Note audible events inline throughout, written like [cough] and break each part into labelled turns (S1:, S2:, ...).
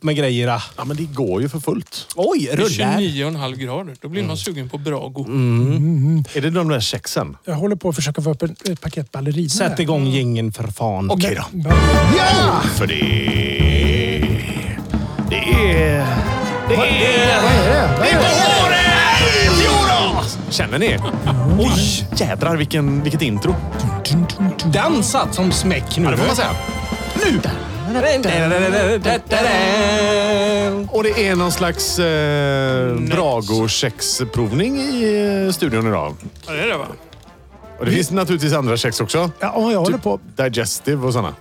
S1: med grejerna.
S2: Ja, men det går ju för fullt.
S1: Oj,
S3: Det är
S1: rullar!
S3: 29,5 grader. Då blir
S4: Mm.
S3: man sugen på bra god.
S2: Är det de där kexen?
S4: Jag håller på att försöka få upp ett, ett paket ballerina.
S1: Sätt igång gängen för fan.
S2: Okej då.
S4: Men-
S2: Ja! För det... Det är... Det är... Vad är det? Det är Håret! Jodå! Känner ni?
S1: Mm.
S2: Oj! Jädrar vilken, vilket intro.
S1: Den satt som smäck nu.
S2: Ja, det får man säga. Nu! Och det är någon slags eh, Brago-kexprovning i eh, studion idag.
S3: Ja, det är det va?
S2: Och det finns naturligtvis andra kex också.
S4: Ja, jag håller på.
S2: Digestive och sådana.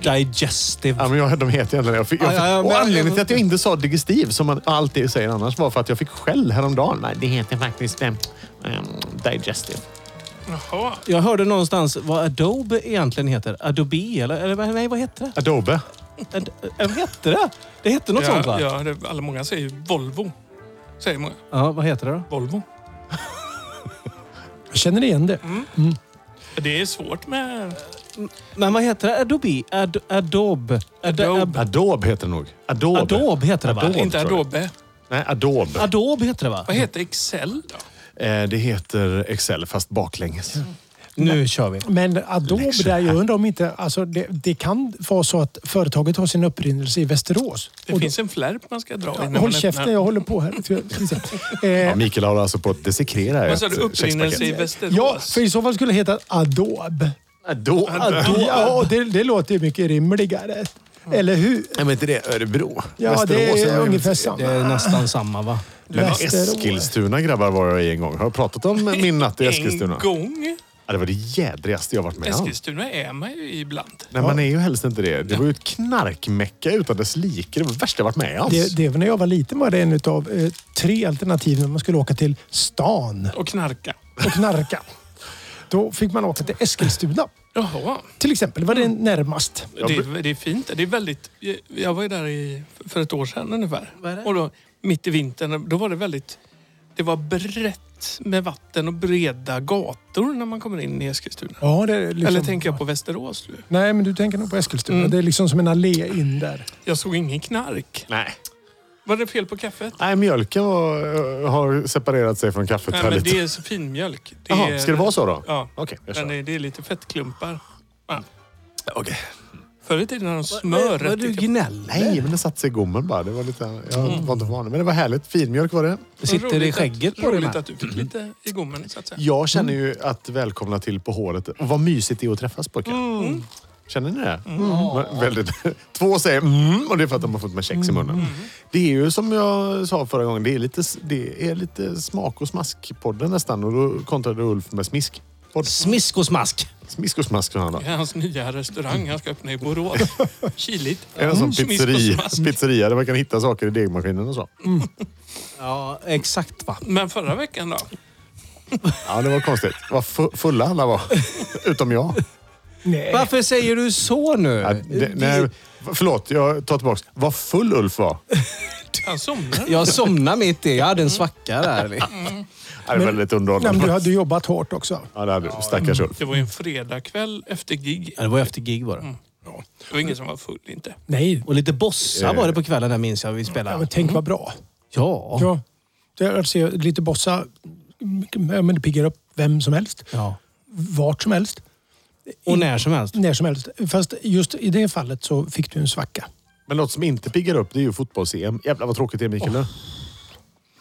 S2: Ja,
S1: Digestive.
S2: men jag, de heter egentligen det. Jag fick, jag
S1: Ja,
S2: fick,
S1: ja, ja, men-
S2: och anledningen till att jag inte sa digestiv, som man alltid säger annars, var för att jag fick skäll häromdagen. Nej, Det heter faktiskt um, digestive.
S3: Jaha.
S1: Jag hörde någonstans vad Adobe egentligen heter. Adobe, eller, eller nej, vad hette det?
S2: Adobe.
S1: Ad, eh, vad hette det? Det hette något sånt va?
S3: Ja,
S1: Ja.
S3: ja, det, alla många säger ju Volvo. Säger många.
S1: vad heter det då?
S3: Volvo.
S4: Jag känner igen det.
S1: Mm.
S3: Det är svårt med...
S1: Men vad heter det? Adobe? Ad, Adobe? Ad, Adobe.
S2: Adobe heter det nog. Adobe.
S1: Adobe heter det va?
S2: Adobe.
S3: Inte
S2: tror jag.
S3: Adobe.
S2: Nej, Adobe.
S1: Adobe heter det va?
S3: Vad heter Excel då?
S2: eh, det heter Excel, fast baklänges.
S1: Nu kör vi.
S4: Men Adobe
S2: Leksand.
S4: där, jag undrar om inte... Alltså det, det kan vara så att företaget har sin upprinnelse i Västerås.
S3: Det
S4: Och då-
S3: finns en flärp man ska dra innan man
S4: Håll
S3: öppnar.
S4: käften, jag håller
S1: [laughs]
S4: på här.
S2: Ja,
S4: Eh,
S2: Mikael har alltså på att dissekera
S3: Vad sa du?
S2: ett
S3: Upprinnelse i
S2: kexpaket.
S3: Västerås?
S4: ja, för i så fall skulle det heta Adobe.
S2: Adobe. Mm.
S4: Ja, det, det låter ju mycket rimligare. Eller hur?
S2: Nej, men inte det Örebro?
S4: Ja, det
S2: Västerås
S4: är
S2: väl-
S4: ungefär samma.
S1: Det är nästan samma va?
S2: Men
S4: Västerås.
S2: Eskilstuna grabbar var jag i en gång. Har jag pratat om
S3: [laughs]
S2: min natt i Eskilstuna?
S3: En gång.
S2: Ja, det var det jädrigaste jag varit med om.
S3: Eskilstuna är man ju ibland.
S2: Nej, man är ju helst inte det. Det var ju ett knarkmecka utan dess like. Det var det värsta jag varit med om.
S4: Det, det var när jag var liten var det en av eh, tre alternativ när man skulle åka till stan
S3: Och knarka.
S4: och knarka. Då fick man åka till Eskilstuna
S3: Jaha.
S4: till exempel. Det var det närmast.
S3: Det, det är fint. Det är väldigt, jag var ju där i, för ett år sedan ungefär.
S1: Vad är det?
S3: Och då, mitt i vintern, då var det väldigt... Det var brett med vatten och breda gator när man kommer in i Eskilstuna.
S4: Ja, det är liksom,
S3: Eller tänker jag på Västerås nu?
S4: Nej, men du tänker nog på Eskilstuna. Det är liksom som en allé in där.
S3: Jag såg ingen knark.
S2: Nej.
S3: Var det fel på kaffet?
S2: Nej, mjölken var, eh, har separerat sig från kaffet
S3: Nej,
S2: här
S3: men
S2: lite.
S3: det är så finmjölk. Det
S2: Jaha,
S3: är-
S2: ska det vara så då?
S3: Ja.
S2: Okej, jag
S3: Men
S2: kör.
S3: det, det är lite fettklumpar. Ja.
S2: Okej.
S3: Förr i tiden hade de smör
S1: Vad vad
S3: rätt
S1: du
S3: i kaffet.
S1: gnäller.
S2: Nej, men det satte sig i gommen bara. Det var lite, jag
S3: Mm.
S2: var inte van. Men det var härligt. Finmjölk var det.
S1: Det sitter i
S3: Roligt att-
S1: skägget på dig
S3: Roligt
S1: med.
S3: att du fick lite i gommen så att säga.
S2: Jag känner ju att välkomna till På håret. Och vad mysigt det är att träffas pojkar.
S3: Mm.
S2: Känner ni det? Mm. Men Väldigt. [laughs] Två säger mm och det är för att de har fått med kex i munnen.
S3: Mm.
S2: Det är ju som jag sa förra gången, det är lite, det är lite smak och smask-podden nästan. Och då kontrade Ulf med smisk. Podd.
S1: Smisk och smask.
S2: Smisk och smask sa han då.
S3: Det är hans nya restaurang han ska öppna i Borås. Kiligt. Mm,
S2: Är det en sån
S3: [laughs] Smisk och
S2: pizzeri,
S3: smask.
S2: pizzeria där man kan hitta saker i degmaskinen och så?
S1: Ja, exakt va.
S3: Men förra veckan då?
S2: Ja, det var konstigt. Vad fu- fulla alla
S3: [laughs]
S2: var. Utom jag.
S4: Nej.
S1: Varför säger du så nu?
S2: Ja, det, nej, förlåt, jag tar tillbaka. Vad full Ulf var.
S3: Han somnade.
S1: Jag somnade mitt i. Jag hade en svacka där. [laughs]
S2: Ja, Det är väldigt
S4: Nej, men
S2: underhållande.
S4: du hade jobbat hårt också.
S2: Ja, det hade du. Stackars
S1: Mm.
S2: Ulf.
S3: Det var ju en fredagkväll efter gig.
S1: Ja, det var efter gig var det.
S3: Det var ingen som var full inte.
S4: Nej. Mm.
S1: Och lite bossa
S2: Eh.
S1: var det på kvällen där minns jag vi
S4: Ja, men
S1: spelade.
S4: tänk vad bra.
S1: Ja.
S4: Ja. Det är, alltså, lite bossa, ja, men det piggar upp vem som helst.
S1: ja.
S4: Vart som helst.
S1: Och när som helst.
S4: När som helst. Fast just i det fallet så fick du en svacka.
S2: Men något som inte piggar upp det är ju fotbolls-EM. Jävlar vad tråkigt det är Mikael. nu.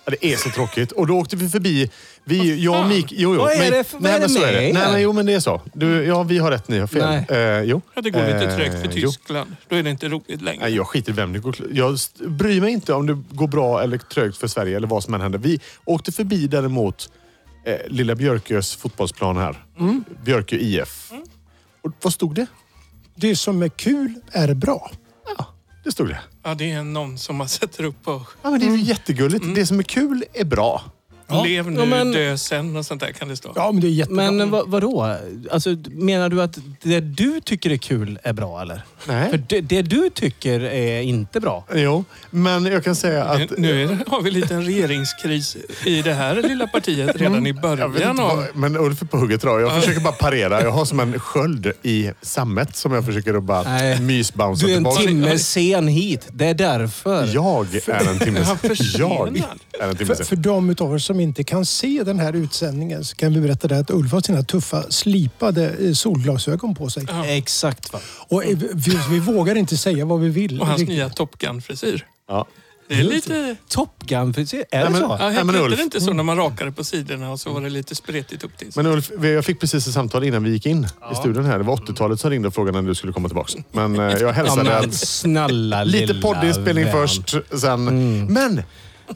S2: Ja, det är så tråkigt. Och då åkte vi förbi... Vi, jag och Mik, jo, jo,
S1: Vad är
S2: men-
S1: det för- vad
S2: nej,
S1: är det
S2: men så
S1: med
S2: är det.
S1: er?
S2: Nej, men jo, men det är så. Du, ja, vi har rätt, ni har fel.
S1: Nej.
S2: Eh, jo.
S3: Ja, det går lite
S2: Eh,
S3: trögt för
S2: jo.
S3: Tyskland. Då är det inte roligt längre.
S2: Nej, jag skiter i vem det går Jag st- bryr mig inte om det går bra eller trögt för Sverige eller vad som än händer. Vi åkte förbi däremot eh, lilla Björkös fotbollsplan här.
S1: Mm.
S2: Björkö IF. Och vad stod det?
S4: Det som är kul är bra.
S2: Ja, det stod det.
S3: Ja, det är någon som man sätter upp på...
S1: Mm.
S2: Ja, men det är ju jättegulligt. Det som är kul är bra.
S1: Ja.
S3: Lev nu,
S1: Ja, men-
S3: dö sen och sånt där kan det stå.
S4: Ja, men det är jättebra.
S1: Men eh, vad, vadå? Alltså, menar du att det du tycker är kul är bra eller?
S2: Nej.
S1: För det, det du tycker är inte bra.
S2: Jo, men jag kan säga att...
S3: Nu- nu är det, har vi lite en regeringskris i det här lilla partiet redan i
S2: Mm. Jag vet
S3: början.
S2: inte
S3: av-
S2: vad, men Ulf är på hugget tror jag. Jag försöker bara parera. Jag har som en sköld i sammet som jag försöker att bara
S1: Nej.
S2: mysbounsa
S1: Du är en
S2: tillbaka.
S1: timme sen hit. Det är därför.
S2: Jag är en
S1: [laughs]
S2: timme
S3: Han
S2: sen. Jag
S3: försenad.
S2: är en timme
S4: För, för
S2: sen.
S4: de utav er som inte kan se den här utsändningen så kan vi berätta det att Ulf har sina tuffa slipade eh, solglasögon på sig.
S1: Exakt va.
S4: Och eh, vi, vi vågar inte säga vad vi vill.
S3: Och hans
S4: Riktigt.
S3: nya Top Gun-frisyr.
S2: Ja.
S3: Det är lite...
S1: Top Gun, för- är
S2: Nej,
S1: det
S2: men-
S1: så?
S3: Ja,
S2: Nej, men
S3: hette
S2: Ulf.
S3: det inte så när man rakade på sidorna och så var det lite spretigt upp till?
S2: Men Ulf, vi- jag fick precis ett samtal innan vi gick in i studion här. Det var 80-talet som ringde och frågade när du skulle komma tillbaka. Men eh, jag
S1: Ja,
S2: hälsade
S1: men
S2: att [laughs]
S1: snälla
S2: lite
S1: lilla
S2: poddinspelning
S1: vän. Mm.
S2: först, sen... Men!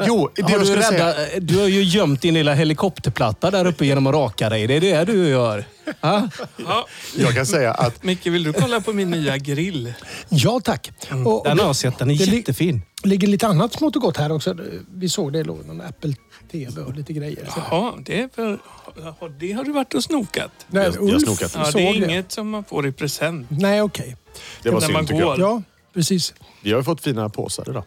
S2: Jo, det
S1: Har
S2: jag
S1: du,
S2: skulle säga...
S1: rädda, du har ju gömt din lilla helikopterplatta där uppe genom att raka dig. Det är det du gör. Ha?
S3: Ja.
S2: Jag kan säga att
S3: Micke, vill du kolla på min nya grill?
S4: Ja tack. Och, och
S1: Mm. Den har
S4: det
S1: jag sett. Den är
S4: det li-
S1: jättefin.
S4: ligger lite annat smått och gott här också. Vi såg det låg någon Apple TV och lite grejer.
S3: Jaha, det, är för, jaha, det har du varit och snokat.
S4: Nej,
S2: Jag- jag har
S4: Ulf
S2: snokat.
S3: Ja,
S4: såg
S3: det är
S4: det.
S3: inget som man får i present.
S4: Nej, okej.
S2: det var
S3: När man
S2: synd tycker jag.
S3: går.
S4: Ja, precis.
S2: Vi har ju fått fina påsar idag.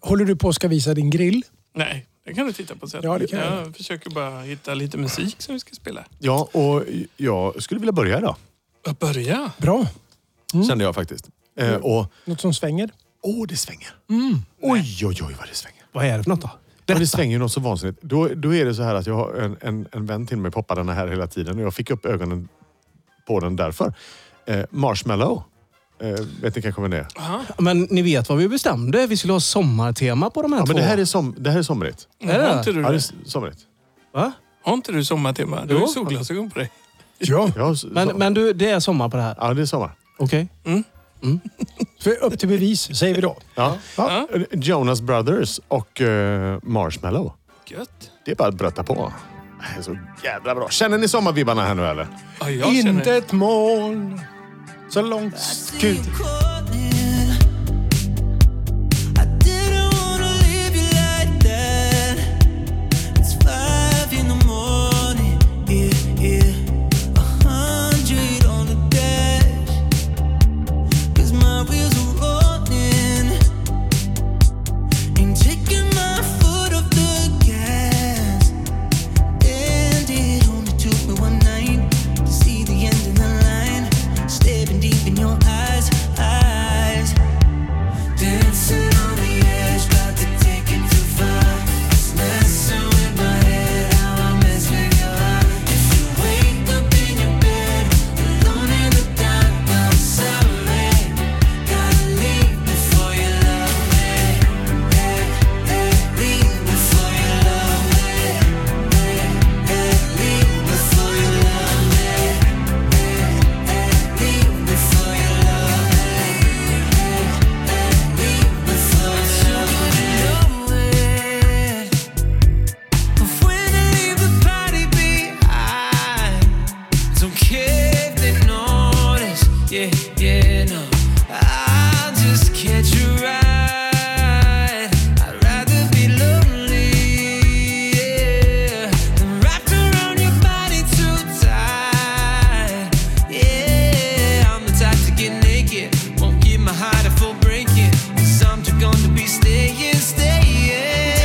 S4: Håller du på att ska visa din grill?
S3: Nej, det kan du titta på sen.
S4: Ja, det kan jag.
S3: jag försöker bara hitta lite musik som vi ska spela.
S2: Ja, och jag skulle vilja börja idag.
S3: Ja, Börja!
S4: Bra.
S2: Kände jag faktiskt. Eh, och,
S4: Något som svänger?
S2: åh, det svänger. Oj, oj, oj vad det svänger.
S1: Vad är det för något då?
S2: Ja, det svänger ju något så vansinnigt. Då, då är det så här att jag har en, en, en vän till mig poppar den här hela tiden och jag fick upp ögonen på den därför. Eh, marshmallow. Eh, vet ni kanske vem det är?
S1: Men ni vet vad vi bestämde? Vi skulle ha sommartema på de här
S2: Ja,
S1: två.
S2: men det här är, som, det här är somrigt.
S1: Är det?
S3: Har inte du,
S2: Ja, det
S3: det?
S2: är somrigt.
S1: Va?
S3: Har inte du sommartema? Du har ju
S1: Jo.
S3: solglasögon på dig.
S4: Ja.
S2: Ja, s-
S1: Men,
S2: som-
S1: men du, det är sommar på det här?
S2: ja det är sommar.
S1: Okej.
S4: Så upp till bevis, säger vi då.
S2: Ja.
S3: Ja.
S2: Jonas Brothers och eh, Marshmallow.
S3: Gött!
S2: Det är bara att brötta på. Det är så jävla bra. Känner ni sommarvibbarna här nu eller?
S3: Ja, jag känner-
S4: Inte ett moln så långt
S5: Gud. And it only took me one night to see the end of the line. Staring deep in your eyes, eyes. Dancing on the edge, about to take it too far. It's messing with my head, how I mess with your heart. If you wake up in your bed, alone in the dark, I'm sorry. Gotta leave before you love me. Hey, hey, leave before you love me. Hey, hey, leave before you love me. Hey, hey, leave before you love me. Yeah, no, I'll just catch a ride. I'd rather be lonely, yeah, than wrapped around your body too tight. Yeah, I'm the type to get naked, won't give my heart a full breaking. 'Cause I'm too gone to be staying, staying.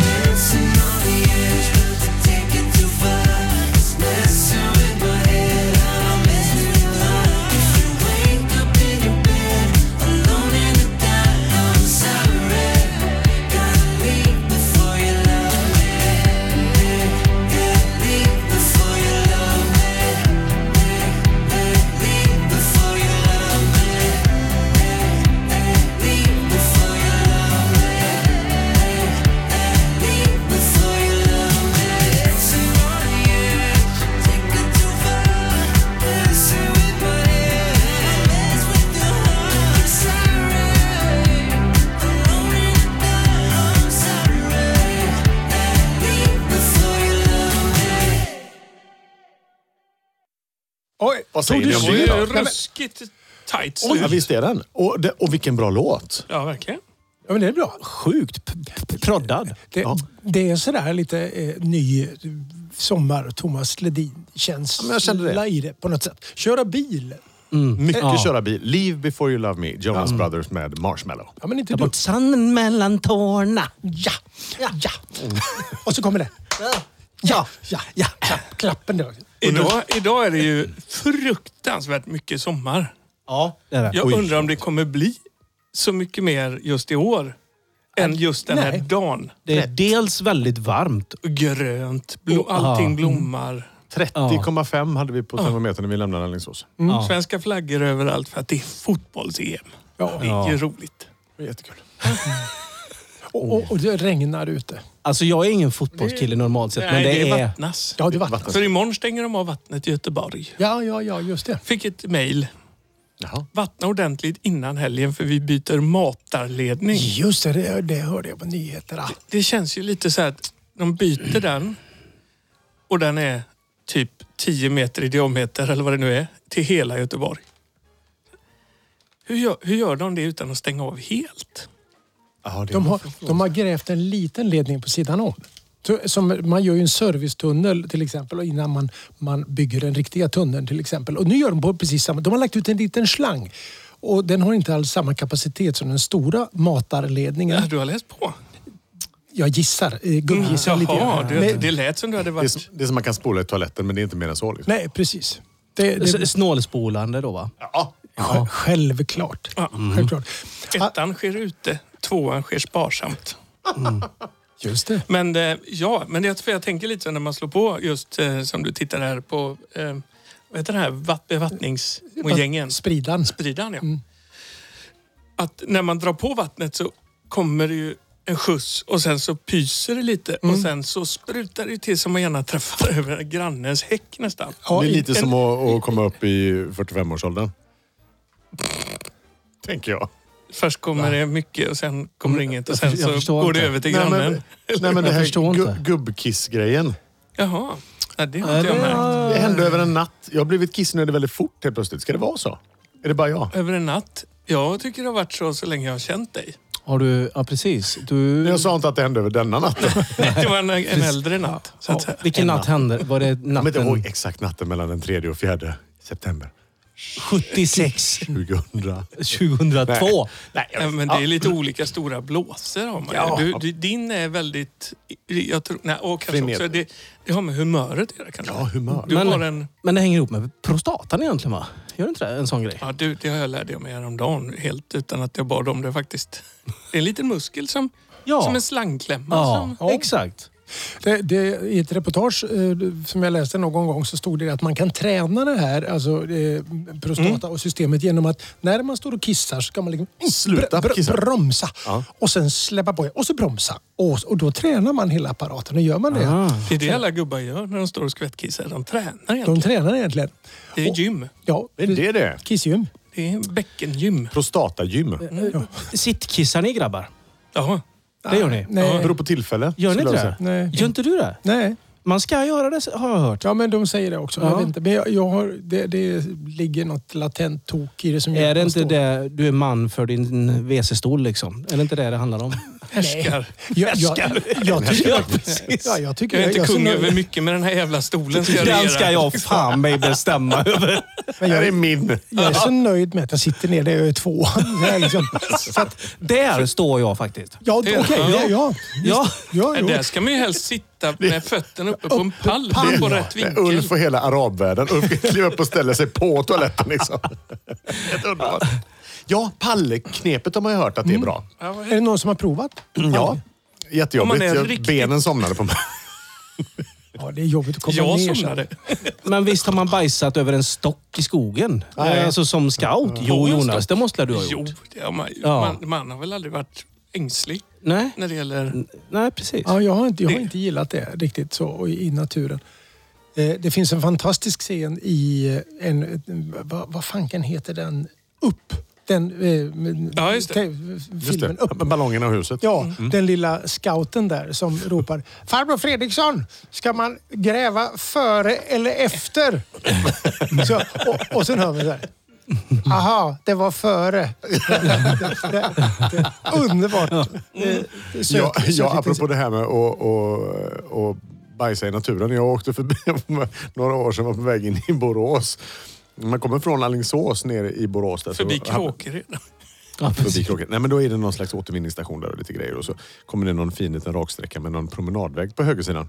S5: Dancing on the edge, but to take it too far. It's messing with my head, I'm messing with mine. If you wake up in your bed, alone in the dark, I'm sorry. Gotta leave before you love me. Gotta leave before you love me. Leave before you love me. Leave before you love me. Leave before you love me. Dancing on the edge, take it too far. Dancing with my head, mess with your heart. I'm sorry, alone in the dark. I'm sorry. Leave before you love me.
S4: Oj,
S2: Vad
S4: tog
S2: säger
S4: du
S2: ni om
S3: Det
S4: slut?
S3: är ju
S2: det då?
S3: ruskigt tajt
S2: Ja,
S3: slut.
S2: visst är den. Och, det, och vilken bra låt.
S3: Ja, verkligen.
S4: Ja, men det är bra.
S1: Sjukt p- p- proddad.
S4: Det, det är sådär lite eh, ny eh, sommar, Thomas Ledin. Känns
S2: men jag kände det.
S4: la i det på något sätt. Köra bil.
S2: Mycket
S1: Ja.
S2: köra bil. Leave before you love me. Jonas Brothers med Marshmallow.
S4: Ja, men inte
S1: Ta
S4: du.
S1: bort sanden mellan tårna.
S4: Ja, ja, ja. Och så kommer det. Ja, ja, ja. Klapp, klappen där.
S3: Idag, idag är det ju fruktansvärt mycket sommar.
S1: Ja, det är det.
S3: Jag undrar om det kommer bli så mycket mer just i år. Än
S1: Äh,
S3: just den här
S4: Nej.
S3: dagen.
S1: Det är dels väldigt varmt.
S3: Grönt,
S1: Oh,
S3: blom,
S1: ah. Mm.
S3: allting blommar.
S2: 30,5 hade vi på termometern när vi lämnade Alingsås.
S3: Mm.
S1: Ja.
S3: Svenska flaggor överallt för att det är fotbolls-EM. Det är ju roligt.
S2: Jättekul.
S4: Och, och, och det regnar ute.
S1: Alltså jag är ingen fotbollskille normalt sett, men
S3: Nej,
S1: det är...
S3: vattnas.
S4: Ja, det vattnas.
S3: För imorgon stänger de av vattnet i Göteborg.
S4: Ja, ja, ja, just det.
S3: Fick ett mejl.
S2: Jaha.
S3: Vattna ordentligt innan helgen för vi byter matarledning.
S4: Just det, det, det hörde jag på nyheterna.
S3: Det känns ju lite så här att de byter den och den är typ 10 meter i diameter eller vad det nu är till hela Göteborg. Hur gör, hur gör de det utan att stänga av helt?
S2: Jaha, det är
S4: De har, de har grävt en liten ledning på sidan om. Så- Som, man gör ju en servicetunnel till exempel och innan man, man bygger den riktiga tunneln till exempel. Och nu gör de på precis samma. De har lagt ut en liten slang. Och den har inte alls samma kapacitet som den stora matarledningen.
S3: Ja, du har läst på?
S4: Jag gissar, eh, gubbgissar lite
S3: Mm. Jaha,
S4: grann.
S3: du,
S4: Men-
S3: det lät som du hade
S2: det, är
S3: varit...
S2: som, det är som man kan spola i toaletten, men det är inte mer än så. Liksom.
S4: Nej, precis. Det, det,
S1: S- Snålspolande då va?
S2: Ja.
S4: sj- självklart. självklart. Ah,
S3: Ettan sker ute, tvåan sker sparsamt.
S4: just det.
S3: Men eh, ja, men jag, för jag tänker lite så när man slår på just eh, som du tittar här på, eh, vad heter det här, vatt, bevattningsmojängen?
S4: Spridan.
S3: Spridan, ja.
S1: Mm.
S3: Att när man drar på vattnet så kommer det ju en skjuts och sen så pyser det lite och
S1: Mm.
S3: sen så sprutar det ju till som man gärna träffar [laughs] över grannens häck nästan.
S4: Ja,
S2: det är
S4: i-
S2: lite som att, att komma upp i 45-årsåldern. Tänker jag.
S3: Först kommer det mycket och sen kommer det inget och sen
S1: Mm. Jag
S3: så
S1: förstår
S3: går det
S1: inte.
S3: över till grannen.
S2: nej, men det
S1: Jag
S2: här
S1: förstår
S2: gu,
S1: inte.
S2: gubbkiss-grejen.
S3: Jaha, ja, det har inte jag
S1: det-
S3: märkt.
S2: Det hände över en natt. Jag har blivit kissnödig väldigt fort helt plötsligt. Ska det vara så? Är det bara jag?
S3: Över en natt. Jag tycker det har varit så så länge jag har
S1: [laughs]
S3: känt dig.
S1: Har du... Ja, precis. Du...
S2: Jag sa inte att det hände över denna natten.
S3: Det var en, en äldre natt. Så att, säga.
S1: Vilken natt hände? Var det
S2: Jag kommer inte
S1: natten
S2: ihåg exakt natten mellan den 3 och 4 september
S1: 76
S2: 2000.
S1: 2002?
S2: Nej, jag
S3: Mm. Ja,
S2: vet.
S3: Eh, men det är lite olika stora blåsor har man
S2: Ja.
S3: ju. du, du, Din är väldigt... Jag tror, nej, och kanske
S2: Frenetisk.
S3: också, det, det har med humöret att göra kanske.
S2: Ja, humör.
S3: Du
S1: Men-
S3: har en...
S1: Men det hänger ihop med prostatan egentligen va? Gör det inte det? En sån grej?
S3: Ja, du, det har jag lärt mig häromdagen helt utan att jag bad om det faktiskt. Det är en liten muskel som,
S1: Ja.
S3: som en slangklämma.
S1: Ja,
S3: Som,
S1: exakt.
S4: Det, det, I ett reportage eh, som jag läste någon gång så stod det att man kan träna det här, alltså eh, prostata och systemet genom att när man står och kissar så kan man liksom
S2: Sluta kissa.
S4: bromsa och sen släppa på och så bromsa. Och, och då tränar man hela apparaten och gör man det.
S3: det är det alla gubbar gör när de står och skvättkissar. De tränar egentligen.
S4: De tränar egentligen.
S3: Det är gym.
S4: Ja,
S2: Det är det det.
S4: kissgym.
S3: Det är bäckengym.
S2: Prostatagym.
S3: Mm.
S2: Det
S1: Sittkissar ni grabbar?
S3: Ja.
S1: Det gör ni?
S4: Nej.
S2: beror på tillfälle.
S1: Gör ni
S2: skulle
S1: inte
S2: jag säga.
S1: det?
S4: Nej.
S1: Gör inte du det?
S4: Nej.
S1: Man ska göra det har jag hört.
S4: Ja, men de säger det också. Jag vet inte. Men jag, jag har, det, det ligger något latent tok i det som gör
S1: Är
S4: att
S1: det
S4: man
S1: inte
S4: står-
S1: det du är man för din WC-stol liksom? Är det inte det det handlar om?
S3: Härskar.
S4: Jag, jag, jag, jag
S1: Ja,
S4: tycker...
S1: precis.
S4: Ja, jag tycker
S3: Jag är inte
S4: jag ser
S3: kung
S4: nöjd-
S3: över mycket med den här jävla stolen. Ska jag
S1: Den
S3: regera.
S1: ska jag fan mig bestämma över.
S2: Det här är min.
S4: Jag är så nöjd med att jag sitter ner där jag är
S3: [laughs]
S4: två. Jag är liksom, så att,
S1: Där står jag faktiskt.
S4: ja, okej. ja, ja.
S1: Ja,
S4: Ja, jo.
S3: Där ska man ju helst sitta med fötterna uppe på en pall.
S4: pall,
S3: på
S4: ja.
S3: rätt vinkel.
S2: Ulf och hela arabvärlden. Ulf kliver upp och ställer sig på toaletten liksom. Helt underbart. Ja, palleknepet har man ju hört att det är
S3: Mm.
S2: bra.
S4: Är det någon som har provat?
S2: Ja.
S3: Om
S2: Jättejobbigt.
S3: man är
S2: Jag-
S3: riktigt-
S2: Benen somnade på mig.
S4: Ja, det är jobbigt att komma
S3: Jag
S4: ner.
S3: somnade. [laughs]
S1: men visst har man bajsat över en stock i skogen?
S2: Nej.
S1: Alltså som scout? Jo,
S3: På en
S1: Jonas,
S3: stock?
S1: det måste du ha
S3: Jo,
S1: gjort.
S3: det har man, ju.
S1: Ja.
S3: man, man har väl aldrig varit ängslig
S1: Nej,
S3: när det gäller...
S1: nej precis.
S4: Ja, jag har inte, jag har
S3: Det-
S4: inte gillat det riktigt så och i i naturen. Eh, Det finns en fantastisk scen i eh, en... en- Vad, vad fanken heter den? Upp! Den eh, men-
S3: Ja, just det.
S4: te-
S2: Just
S4: filmen
S2: det.
S4: Upp.
S2: Ballongerna och huset.
S4: Ja, den lilla scouten där som ropar Farbror Fredriksson, ska man
S2: [laughs]
S4: gräva före eller efter? Så, och, och sen hör vi så här. Aha, det var före. [laughs] Det- det- det- Underbart. Eh, Det- det- sök-
S2: Ja,
S4: sök
S2: ja,
S4: lite-
S2: apropå det här med att att- att bajsa i naturen. Jag åkte förbi [laughs] några år sedan, var på väg in i Borås. Man kommer från Alingsås ner i Borås. Där, så-
S3: Förbi Kråkered.
S1: Ja,
S2: Förbi Kråken. Nej, men då är det någon slags återvinningsstation där och lite grejer. Och så kommer det någon fin liten raksträcka med någon promenadväg på högersidan.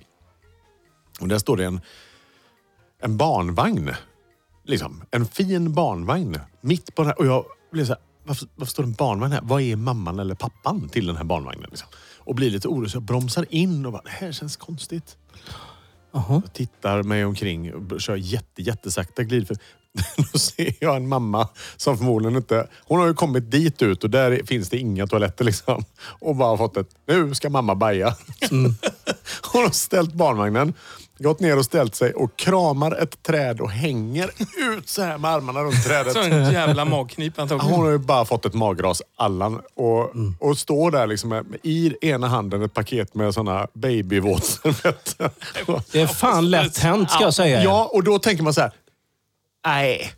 S2: Och där står det en, en barnvagn. Liksom, en fin barnvagn. Mitt på den här. Och jag blev så här, varför, varför står det en barnvagn här? Vad är mamman eller pappan till den här barnvagnen? Liksom? Och blir lite orolig så jag bromsar in och bara, det här känns konstigt. Jag tittar mig omkring och b- kör jätte, jättesakta glidför. [laughs] Då ser jag en mamma som förmodligen inte... Hon har ju kommit dit ut och där finns det inga toaletter liksom. Och bara fått ett, nu ska mamma baja. [laughs] Hon har ställt barnvagnen, gått ner och ställt sig och kramar ett träd och hänger ut så här med armarna runt trädet.
S3: [laughs] Så en jävla magknip antagligen.
S2: Hon har ju bara fått ett magras, Allan. Och, och står där liksom med, med i ena handen ett paket med såna babyvåtservetter.
S1: Det är fan lätt hänt ska jag säga.
S2: Ja, och då tänker man så här. Nej.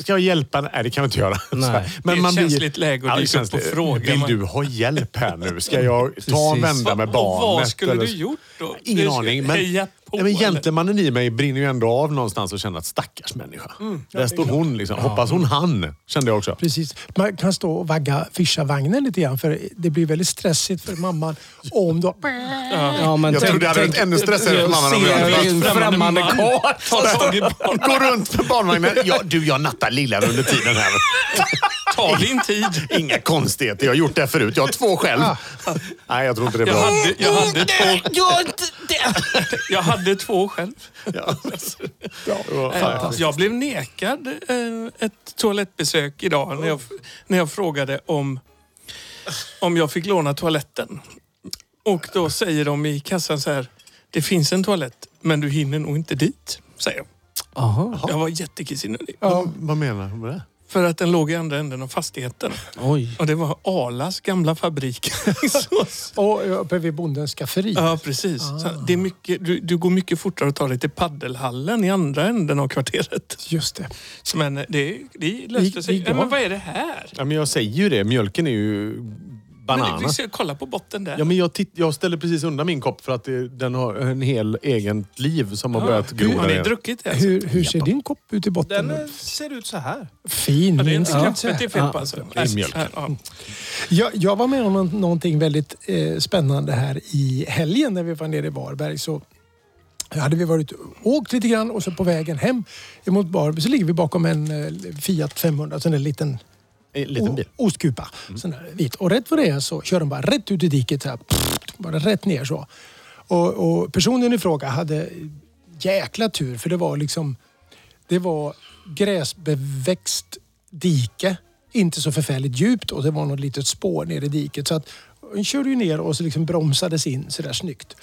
S2: Ska jag hjälpa? Nej, det kan vi inte göra. [laughs] Så här.
S3: Det är ett känsligt läge att
S2: det
S3: dyka upp
S2: känns
S3: och
S2: det.
S3: fråga.
S2: Vill
S3: Man-
S2: du ha hjälp här nu? Ska jag ta en
S1: Precis.
S2: vända med
S3: Och
S2: barnet?
S3: vad skulle
S2: eller
S3: du
S2: så?
S3: gjort då?
S2: Ingen
S3: Du skulle
S2: aning. Men,
S3: heja på,
S2: nej, men
S3: eller?
S2: gentlemannen i mig brinner ju ändå av någonstans och känner att stackars människa.
S3: Mm,
S2: Där står hon liksom. Hoppas hon han, kände jag också.
S4: Precis. Man kan stå och vagga, fischa vagnen lite grann för det blir väldigt stressigt för mamman om då...
S1: Ja, men
S2: Jag
S1: tänk-
S2: trodde det hade
S1: tänk-
S2: varit ännu stressigare för
S3: [laughs]
S2: mamman om jag hade
S1: Jag
S2: varit
S1: ser en främmande
S3: man.
S1: karl.
S3: Ta tag i barn.
S2: Gå runt med barnvagnen. Ja, du, jag nattar lillan under tiden här.
S3: Ta din tid.
S2: Inga konstigheter. Jag har gjort det här förut. Jag har två själv. Nej, jag tror inte det är
S3: Ah. Jag
S2: bra.
S3: hade, jag hade två... Jag hade två själv. [laughs]
S2: Ja.
S3: Eh, Jag blev nekad eh, ett toalettbesök idag när jag, när jag frågade om, om jag fick låna toaletten. Och då säger de i kassan så här, det finns en toalett men du hinner nog inte dit, säger de.
S1: Jaha,
S3: Jag var jättekissnödig.
S2: Ja, Vad menar du med det?
S3: För att den låg i andra änden av fastigheten.
S1: oj.
S3: Och det var Arlas gamla fabrik. [laughs] Så-
S4: Och uppe vid bondens skafferi.
S3: ja, precis. Så det är mycket, du, du går mycket fortare att ta dig till paddelhallen i andra änden av kvarteret.
S4: Just det.
S3: Men det, det
S4: Vi-
S3: löste sig.
S4: vi
S3: Nej,
S4: går.
S3: men vad är det här?
S2: Ja, men jag säger ju det. Mjölken är ju
S3: Men
S2: banana.
S3: vi ska kolla på botten där.
S2: Ja, men jag, titt- jag ställer precis undan min kopp för att det, den har en hel egen liv som har börjat gro
S3: Har
S2: där
S3: ni
S2: igen.
S3: druckit det? Alltså?
S4: Hur, Mm. hur ser din kopp ut i botten?
S5: Den eh, ser ut så här.
S4: Fin.
S3: Ja, det är
S4: min
S3: inte
S4: ska jag inte
S3: kaffet det
S4: säga.
S3: är fel på alltså.
S2: det är mjölk.
S3: Ja, ja.
S4: Jag, jag var med om nå- någonting väldigt eh, spännande här i helgen när vi var nere i Varberg. Så hade vi varit åkt lite grann och så på vägen hem emot Varberg så ligger vi bakom en eh, Fiat 500, sån där liten
S2: En liten bil. Mm.
S4: O- ostkupa. Sån där vit. Och rätt vad det är så kör den bara rätt ut i diket. Så här, pff, bara rätt ner så. Och, och personen i fråga hade jäkla tur för det var liksom det var gräsbeväxt dike. Inte så förfärligt djupt och det var något litet spår ner i diket. Så att den körde ju ner och så liksom bromsades in sådär snyggt.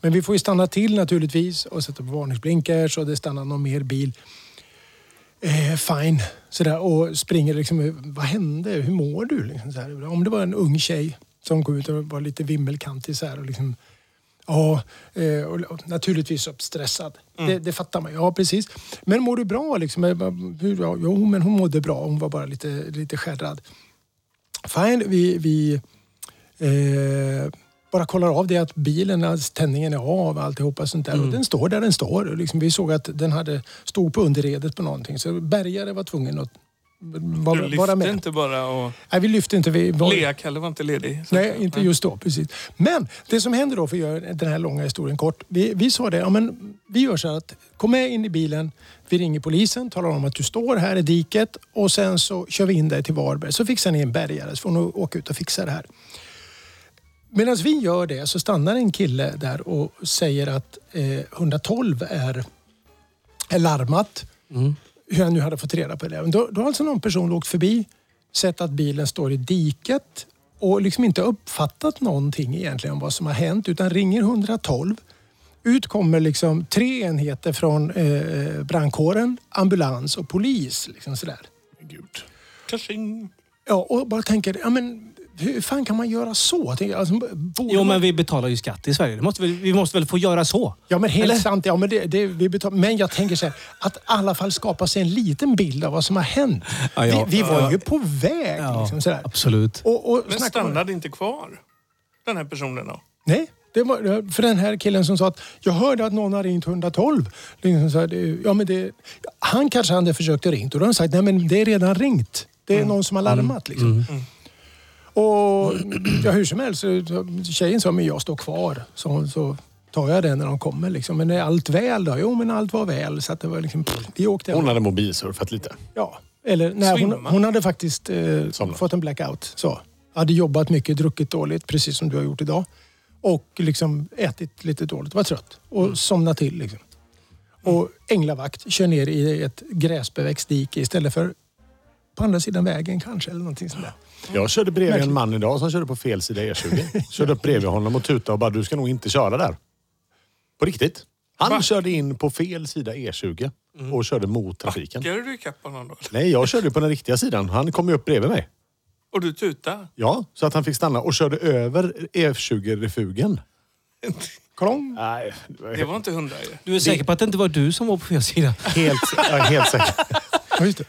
S4: Men vi får ju stanna till naturligtvis och sätta på varningsblinkers och det stannar någon mer bil eh, fine. Sådär, och springer liksom, vad hände? Hur mår du? Liksom, sådär. Om det var en ung tjej som kom ut och var lite vimmelkantig så här och liksom, ja, eh, och, och naturligtvis så stressad.
S3: Mm.
S4: Det, det fattar man ju. Ja, precis. Men mår du bra liksom? Eh, vad- Hur, ja, jo, men hon mådde bra. Hon var bara lite, lite skärrad. Fine, vi, vi eh, bara kollar av det att bilen, alltså tändningen är av och alltihopa sånt där.
S3: Mm.
S4: Och den står där den står. Och Liksom, vi såg att den hade, stod på underredet på någonting. Så bärgare var tvungen att
S3: Du
S4: vara, vara
S3: lyfte
S4: med.
S3: inte bara och...
S4: Nej, vi lyfte inte. Vi var,
S3: Lea-Kalle var inte ledig. Så-
S4: Nej, inte just då. Precis. Men det som händer då, för att göra den här långa historien kort. Vi, vi sa det, ja, men vi gör så här att kom med in i bilen. Vi ringer polisen, talar om att du står här i diket och sen så kör vi in dig till Varberg. Så fixar ni en bärgare så får ni åka ut och fixa det här. Medan vi gör det så stannar en kille där och säger att eh, 112 är, är larmat. Hur han nu hade fått reda på det. Men Då, då har alltså någon person åkt förbi, sett att bilen står i diket och liksom inte uppfattat någonting egentligen om vad som har hänt utan ringer 112. Ut kommer liksom tre enheter från eh, brandkåren, ambulans och polis. Liksom sådär.
S3: Kaching.
S4: Ja, och bara tänker, ja men Hur fan kan man göra så? Tänker jag, Alltså, borde
S1: Jo,
S4: man-
S1: men vi betalar ju skatt i Sverige. Det måste vi, vi måste väl få göra så?
S4: Ja, men helt
S1: Eller?
S4: sant. Ja, men, det, det, vi betalar, men jag tänker så här, att i alla fall skapa sig en liten bild av vad som har hänt.
S1: Ja, ja.
S4: vi, vi var
S1: Ja.
S4: ju på väg.
S1: Ja,
S4: liksom, sådär.
S1: absolut.
S4: Och, och,
S3: Men
S4: snacka om-
S3: stannade inte kvar, den här personen då?
S4: Nej, det var för den här killen som sa att jag hörde att någon har ringt 112. Liksom så här, det- ja, men det, han kanske hade försökt att ringt och då har han sagt nej men det är redan ringt. Det är någon som har larmat. Liksom. Och ja, hur som helst, så- tjejen sa men jag står kvar. Så, så tar jag det när de kommer. Liksom. Men är allt väl då? Jo men allt var väl. Så att det var liksom, pff, vi åkte.
S2: Hon hade mobilsurfat lite.
S4: Ja, eller nej, hon,
S3: Svimma.
S4: hon hade faktiskt eh,
S2: Somna.
S4: fått en blackout. Så. Hade jobbat mycket, druckit dåligt, precis som du har gjort idag. Och liksom ätit lite dåligt, var trött och somnat till. Liksom. Och änglavakt, kör ner i ett gräsbeväxt dike istället för på andra sidan vägen kanske. Eller någonting sånt där.
S2: Jag körde bredvid en
S4: Märkligt.
S2: man idag som körde på fel sida [laughs] E20. Körde upp bredvid honom och tutade och bara, du ska nog inte köra där. På riktigt. Han
S3: Va?
S2: körde in på fel sida E20 och körde mot trafiken.
S3: Backade du ikapp honom då?
S2: Nej, jag körde på den riktiga sidan. Han kom ju upp bredvid mig.
S3: Och du tutade?
S2: Ja, så att han fick stanna och körde över E [laughs] E20-refugen.
S4: Kolong.
S2: Nej, det var
S3: Det var inte hundra ju.
S1: Du är säker på att det inte var du som var på fel sida?
S2: [laughs] helt, jag är helt säker.
S4: Ja, just det.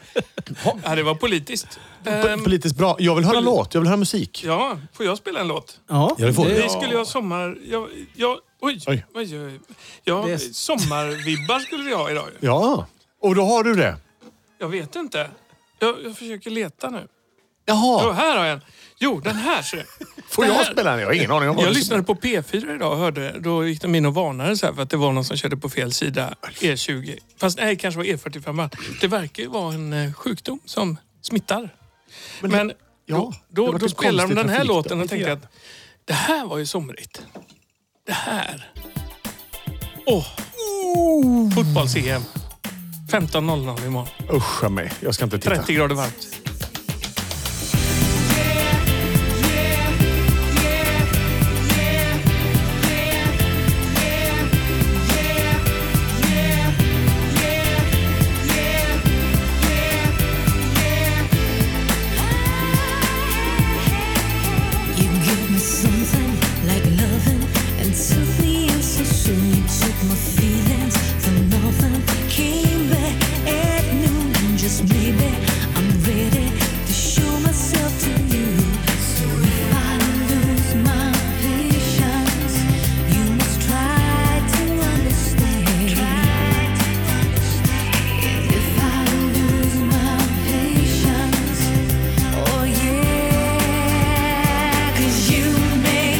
S3: Ja, det var politiskt.
S2: Po-
S3: Ehm,
S2: Politiskt bra. Jag vill höra låt, jag vill höra musik.
S3: ja, får jag spela en låt?
S1: Ja,
S2: Ja, det får
S3: Vi skulle ju ha sommar... Jag, jag, oj,
S2: Oj.
S3: oj. oj, oj. Ja,
S1: Det är-
S3: sommarvibbar skulle vi ha idag ju.
S2: Ja, och då har du det.
S3: Jag vet inte. Jag, jag försöker leta nu. Jo,
S2: Jaha,
S3: här har jag en. Jo, den här ser du.
S2: får jag spela den? Jag har ingen aning om vad
S3: Jag
S2: du-
S3: lyssnade på P4 idag och hörde, då gick de in och varnade så här för att det var någon som körde på fel sida, E20. Fast nej, kanske var E45. Det verkar ju vara en eh, sjukdom som smittar. Men,
S2: ja, det
S3: då,
S2: var
S3: då,
S2: lite
S3: då spelade de
S2: konstig
S3: den här
S2: trafik då.
S3: låten och
S2: Lite
S3: tänkte jag att det här var ju somrigt. Det här. Åh! Fotbolls-EM. 15.00 imorgon.
S2: Usch mig, jag ska inte titta.
S3: 30 grader varmt.
S5: You give me something like loving, and to the end so soon. You took my feelings for nothing, came back at noon, and just maybe I'm ready to show myself to you. So if I lose my patience, you must try to understand. If I lose my patience. Oh yeah, 'cause you make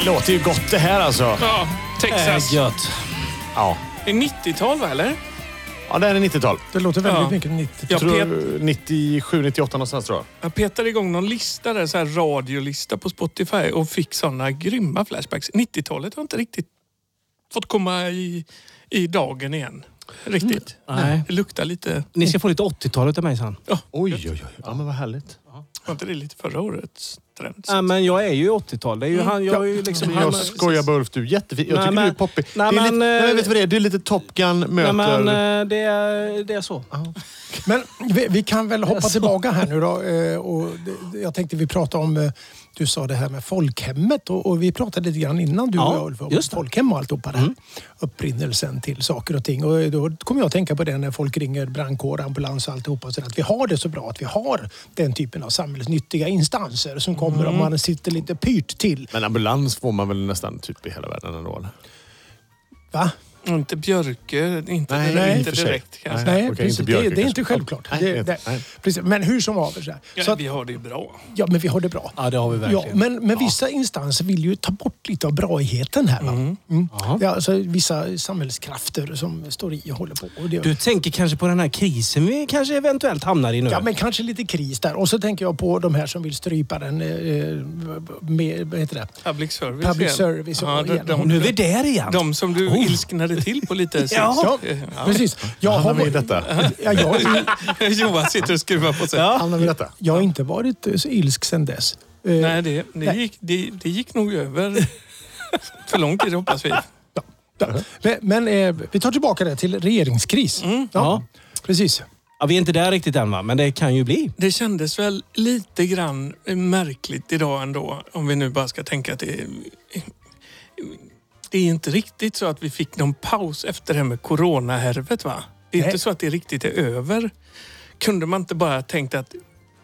S2: det låter ju gott det här alltså.
S3: Ja, Texas.
S1: Äh, gött.
S2: Ja.
S3: Det är 90-tal va, eller?
S2: Ja, det här är 90-tal.
S4: Det låter väldigt
S3: Ja.
S4: mycket 90
S3: Jag,
S2: Jag tror
S3: pet,
S2: 97, 98 någonstans tror jag.
S3: jag petade igång någon lista där, så här radiolista på Spotify och fick sådana grymma flashbacks. 90-talet har inte riktigt fått komma i, i dagen igen. Riktigt.
S1: Nej.
S3: Det luktar lite...
S1: Ni ska få lite 80-tal utav mig sen.
S2: Oj, oj, oj. Ja, men vad härligt.
S3: Var inte det lite förra årets trend?
S1: Nej, men jag är ju 80-tal. Det är ju han, jag är ju liksom...
S2: Men jag
S1: han,
S2: skojar bara Ulf, du är jättefin. Jag
S1: Nej,
S2: tycker
S1: men-
S2: du är poppig.
S1: nej,
S2: det är
S1: men,
S2: lite, nej,
S1: eh,
S2: men vet du vad det är? Det är lite Top Gun möter...
S1: Nej, men eh, det är, det är så.
S4: Men vi, vi kan väl hoppa
S1: Alltså.
S4: tillbaka här nu då. eh, Och det- det- jag tänkte vi pratade om, eh, du sa det här med folkhemmet och, och vi pratade lite grann innan du
S1: Ja,
S4: och jag Ulf, om
S1: just det.
S4: folkhem och alltihopa det
S2: Mm.
S4: här. Upprinnelsen till saker och ting. Och då kommer jag att tänka på det när folk ringer brandkår, ambulans och alltihopa. Så att vi har det så bra att vi har den typen av samhällsnyttiga instanser som kommer
S2: Mm.
S4: om man sitter lite pyrt till.
S2: Men ambulans får man väl nästan typ i hela världen ändå? eller?
S4: Va?
S3: Inte Björke, inte,
S2: Nej,
S4: nej,
S2: i
S3: inte
S2: och för sig.
S3: direkt kanske.
S2: Nej,
S4: Nej,
S2: okej,
S4: precis.
S2: inte Björk,
S4: det, det är
S2: kanske.
S4: inte självklart.
S2: Nej,
S4: det,
S2: jag vet.
S4: det,
S2: Nej.
S4: Precis. Men hur som haver. Så här.
S3: Ja,
S4: Så att,
S3: vi har det ju bra.
S4: ja, men vi har det bra.
S1: Ja, det har vi
S4: Ja,
S1: verkligen.
S4: men, men vissa instanser vill ju ta bort lite av braigheten här. Va? Mm. Det är alltså vissa samhällskrafter som står i och håller på. Och det,
S1: Du tänker kanske på den här krisen vi kanske eventuellt hamnar i nu?
S4: Ja, men kanske lite kris där. Och så tänker jag på de här som vill strypa den... eh, Eh, med, vad heter det?
S3: Public service
S4: Public
S3: igen.
S4: service
S3: Ja, de,
S4: igen.
S1: Och
S3: de,
S1: nu är
S3: de,
S1: vi där igen.
S3: de som du
S1: Oh.
S3: ilsknade till på lite sist.
S1: Ja.
S4: precis. Jag
S2: Hamnar vi i
S4: varit-
S2: detta?
S4: Ja, jag,
S3: [laughs] Johan sitter och skruvar på sig.
S2: Hamnar vi i detta?
S4: jag har inte varit eh, så ilsk sen dess. Eh,
S3: Nej, det, det, gick, det, det gick nog över för lång tid hoppas vi.
S4: Ja. Ja. Men, men eh, vi tar tillbaka det till regeringskris.
S1: Mm.
S4: Ja, precis.
S1: Ja, vi är inte där riktigt än, va? men det kan ju bli.
S3: Det kändes väl lite grann märkligt idag ändå, om vi nu bara ska tänka att det... Det är inte riktigt så att vi fick någon paus efter det här med coronahärvet, va? Det är
S4: Nej.
S3: inte så att det riktigt är över. Kunde man inte bara tänkt att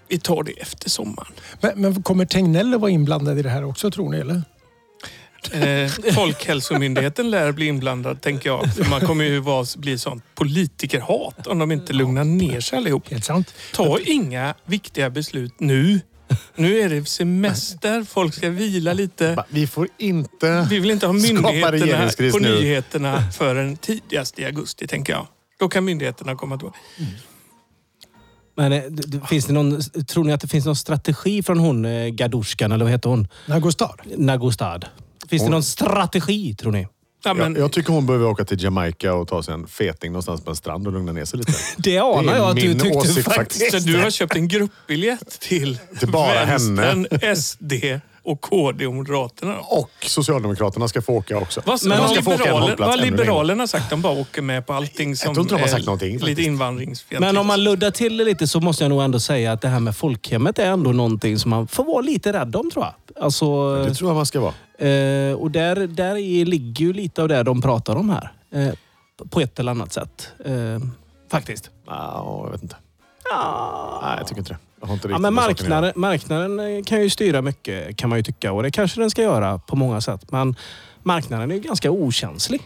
S3: vi tar det efter sommaren?
S4: Men, men kommer Tegnell att vara inblandad i det här också tror ni? Eller?
S3: Eh, Folkhälsomyndigheten lär bli inblandad, tänker jag. För man kommer ju vara, bli sånt politikerhat om de inte lugnar ner sig allihop.
S4: Helt sant.
S3: Ta inga viktiga beslut nu. Nu är det semester, folk ska vila lite.
S2: Va, Vi får inte...
S3: Vi vill inte ha
S2: Skapa
S3: myndigheterna
S2: regeringskris
S3: på
S2: nu.
S3: nyheterna förrän tidigast i augusti, tänker jag. Då kan myndigheterna komma tillbaka.
S1: Men eh, d- d- finns det någon, tror ni att det finns någon strategi från hon, eh, Gadushkan, eller vad heter hon?
S4: Nagostar?
S1: Nagostad. Finns det någon strategi, tror ni?
S3: Ja, men,
S2: Jag, jag tycker hon behöver åka till Jamaica och ta sig en feting någonstans på en strand och lugna ner sig lite.
S1: Det anar jag att du
S2: min
S1: tyckte
S2: åsikt
S1: faktiskt.
S2: faktiskt.
S3: så du har köpt en gruppbiljett till,
S2: Till bara
S3: Vänstern, SD och KD och Moderaterna. då?
S2: Och Socialdemokraterna ska få åka också.
S3: Vad,
S1: Men
S3: vad,
S1: de ska
S2: få åka
S3: liberaler,
S2: hållplats
S3: vad
S2: ännu
S3: liberalerna sagt, de bara åker med på allting som
S2: tror inte de har
S3: är
S2: sagt någonting,
S3: lite
S2: faktiskt.
S3: invandringsfientligt.
S1: Men om man luddar till det lite så måste jag nog ändå säga att det här med folkhemmet är ändå någonting som man får vara lite rädd om, tror jag. Alltså,
S2: Det tror jag man ska vara.
S1: eh, och där, där i ligger ju lite av det de pratar om här. Eh, på ett eller annat sätt. Eh, faktiskt.
S2: Ja, jag vet inte. Nej, jag tycker inte det. Jag har inte
S1: Ja,
S2: riktigt
S1: men
S2: med saken att göra.
S1: marknaden, marknaden eh, kan ju styra mycket kan man ju tycka och det kanske den ska göra på många sätt. Men marknaden är ju ganska okänslig.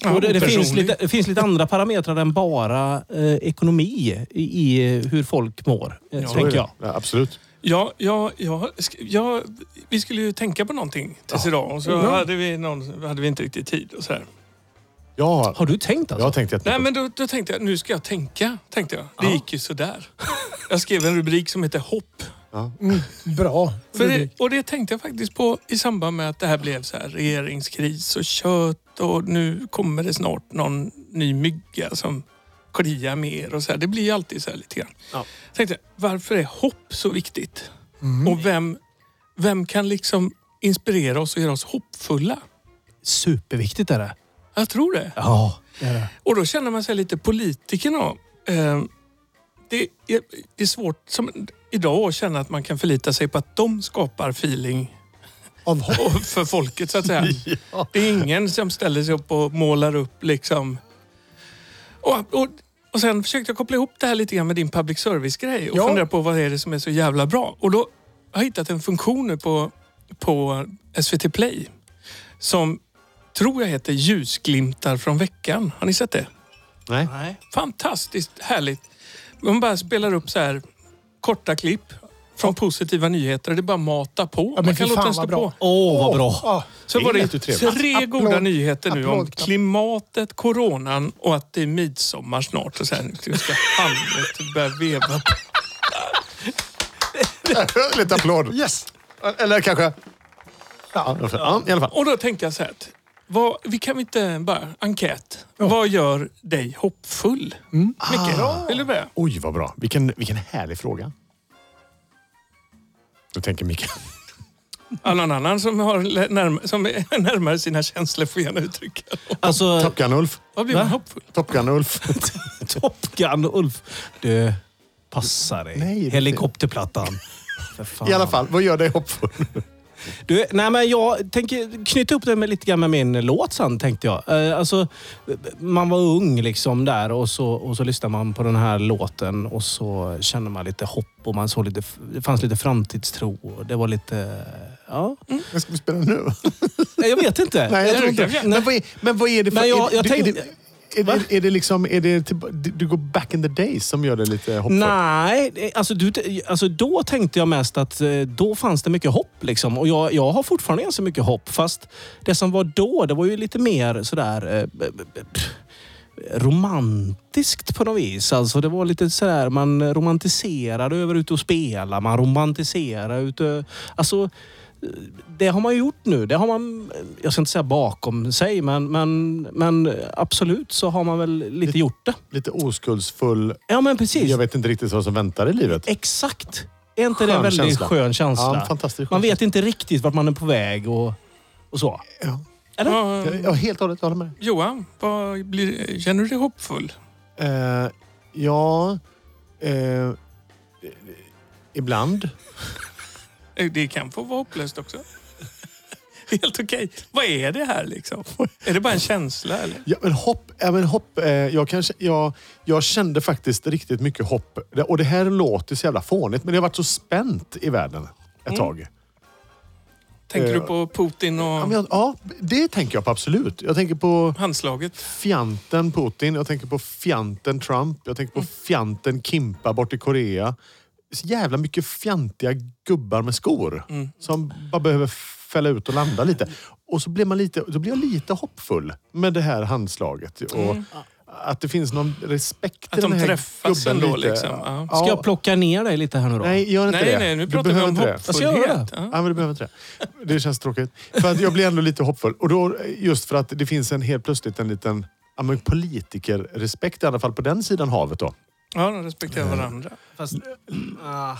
S3: Ja,
S1: och det, det, finns
S3: opersonlig.
S1: lite, det finns lite andra parametrar än bara eh, ekonomi i, i eh, hur folk mår, eh,
S3: Ja,
S1: tänker jag.
S2: Ja, absolut.
S3: Ja, ja, ja, sk- ja, vi skulle ju tänka på någonting tills idag och så hade, vi någon, hade vi inte riktigt tid. Och så här.
S2: Jag har,
S1: Har du tänkt
S2: jag
S1: alltså?
S2: har tänkt jättemycket.
S3: Nej, men då, då tänkte jag, nu ska jag tänka. Tänkte jag. Det gick ju sådär. [laughs] Jag skrev en rubrik som heter Hopp.
S4: Bra.
S3: För det, och det tänkte jag faktiskt på i samband med att det här blev så här regeringskris och kött och nu kommer det snart någon ny mygga som kliar mer och så här. Det blir ju alltid så här lite grann.
S1: Ja.
S3: Tänkte jag, varför är hopp så viktigt? Och vem, vem kan liksom inspirera oss och göra oss hoppfulla?
S1: Superviktigt är det.
S3: Jag tror det.
S1: Ja.
S3: Och då känner man sig lite politiker då. Eh, det, är, det är svårt som idag att känna att man kan förlita sig på att de skapar feeling
S4: Av hopp.
S3: och för folket så att säga. Det är ingen som ställer sig upp och målar upp liksom. Och, och, och sen försökte jag koppla ihop det här lite grann med din public service-grej och
S4: Ja.
S3: fundera på vad är det som är så jävla bra. Och då har jag hittat en funktion nu på, på SVT Play som tror jag heter ljusglimtar från veckan. Har ni sett det?
S2: Nej.
S3: Fantastiskt härligt. Man bara spelar upp så här korta klipp från positiva nyheter. Det är bara mata på.
S4: men
S3: Man
S4: fy
S3: kan låta
S4: fan,
S3: den stå
S4: vad bra.
S3: på.
S1: Åh, vad bra.
S4: Ja.
S3: Så
S2: Det
S3: var
S2: lät
S3: det
S2: ju trevligt.
S3: tre goda
S4: Applåd.
S3: nyheter nu om
S4: Applådknapp.
S3: klimatet, coronan och att det är midsommar snart. Och sen nu ska helvete börja veva. på.
S2: [laughs] Lite applåd.
S4: Yes!
S2: Eller kanske...
S4: Ja.
S2: Ja, i alla fall.
S3: Och då tänker jag så här. Att, vad, vi kan väl inte bara enkät. Vad gör dig hoppfull?
S4: Mm.
S3: Micke,
S4: Ah.
S3: vill du med?
S2: Oj, vad bra. Vilken, vilken härlig fråga. Då tänker Micke.
S3: All någon annan som, har lä- närm- som är [laughs] närmare sina känslor får gärna uttrycka.
S1: Alltså,
S2: [laughs] Top Gun-Ulf.
S3: Vad blir
S1: Va?
S3: man hoppfull?
S2: Top Gun-Ulf.
S1: Top Gun och Ulf. Du, passa dig.
S2: Nej, det-
S1: Helikopterplattan. För fan.
S2: I alla fall, vad gör dig hoppfull?
S1: Du, nej men jag tänker knyta upp det med lite grann med min låt sen tänkte jag. Eh, alltså, man var ung liksom där och så, och så lyssnade man på den här låten och så kände man lite hopp och man såg lite, det fanns lite framtidstro. Och det var lite... Ja,
S2: Men Ska vi spela nu?
S1: Nej, jag vet inte.
S2: [laughs] Nej, jag tror inte
S3: det.
S2: det. Men vad är, men vad är det för...
S1: Men jag-
S2: är, det-
S1: jag
S2: du-
S1: tänkte-
S2: är, det, är, det, är det liksom... Är det tillba- du du går back in the days som gör dig lite hoppfull?
S1: Nej, det- alltså, du, alltså då tänkte jag mest att eh, då fanns det mycket hopp. Liksom. Och jag, jag har fortfarande ganska mycket hopp. Fast det som var då, det var ju lite mer sådär... Eh, b- b- b- romantiskt på något vis. Alltså det var lite sådär, man romantiserade över ute och spela. Man romantiserade ute... Alltså, det har man ju gjort nu. Det har man, jag ska inte säga bakom sig, men, men, men absolut så har man väl lite gjort det.
S2: Lite oskuldsfull.
S1: Ja, men precis.
S2: Jag vet inte riktigt vad som väntar i livet.
S1: Exakt. Är inte
S2: Skön
S1: det en väldigt
S2: känsla.
S1: skön känsla?
S2: Ja, en fantastisk
S1: man
S2: känsla.
S1: vet inte riktigt vart man är på väg och, och så.
S2: Ja.
S1: Eller?
S3: Ja,
S2: Jag, jag helt och hållet håller med.
S3: Johan, vad blir, känner du dig hoppfull?
S2: Eh, ja... Eh, ibland.
S3: Eh, Det kan få vara hopplöst också. [laughs] Helt okej. Vad är det här liksom? Är det bara en känsla eller?
S2: Ja, men hopp, ja, men hopp eh, jag, kanske, jag, jag kände faktiskt riktigt mycket hopp. Det- Och det här låter så jävla fånigt, men det har varit så spänt i världen ett tag.
S3: Tänker
S2: Eh,
S3: du på Putin
S2: Ja,
S3: och
S2: men jag, ja, det tänker jag på absolut. Jag tänker på
S3: handslaget?
S2: fjanten Putin, jag tänker på fjanten Trump, jag tänker på
S3: Mm.
S2: fjanten Kimpa bort i Korea. Så jävla mycket fjantiga gubbar med skor
S3: Mm.
S2: som bara behöver fälla ut och landa lite. Och så blir, man lite, då blir jag lite hoppfull med det här handslaget. Och Att det finns någon respekt
S3: Mm. Att
S2: i den
S3: de
S2: här
S3: träffas
S2: gubben
S3: ändå
S2: lite.
S3: liksom. Ja.
S1: Ska jag plocka ner dig lite här nu då?
S2: Nej, gör inte
S3: Nej,
S2: det.
S3: nej, nu
S2: Du
S3: pratar vi
S2: behöver
S3: om
S2: inte det.
S1: Vad ska jag göra?
S3: hoppfullhet. Ja.
S2: Ja, men du behöver inte det. Det känns tråkigt. För att jag blir ändå lite hoppfull. Och då, just för att det finns en helt plötsligt en liten ja, men politikerrespekt, i alla fall på den sidan havet då.
S3: Ja, de respekterar varandra.
S1: Fast, ah.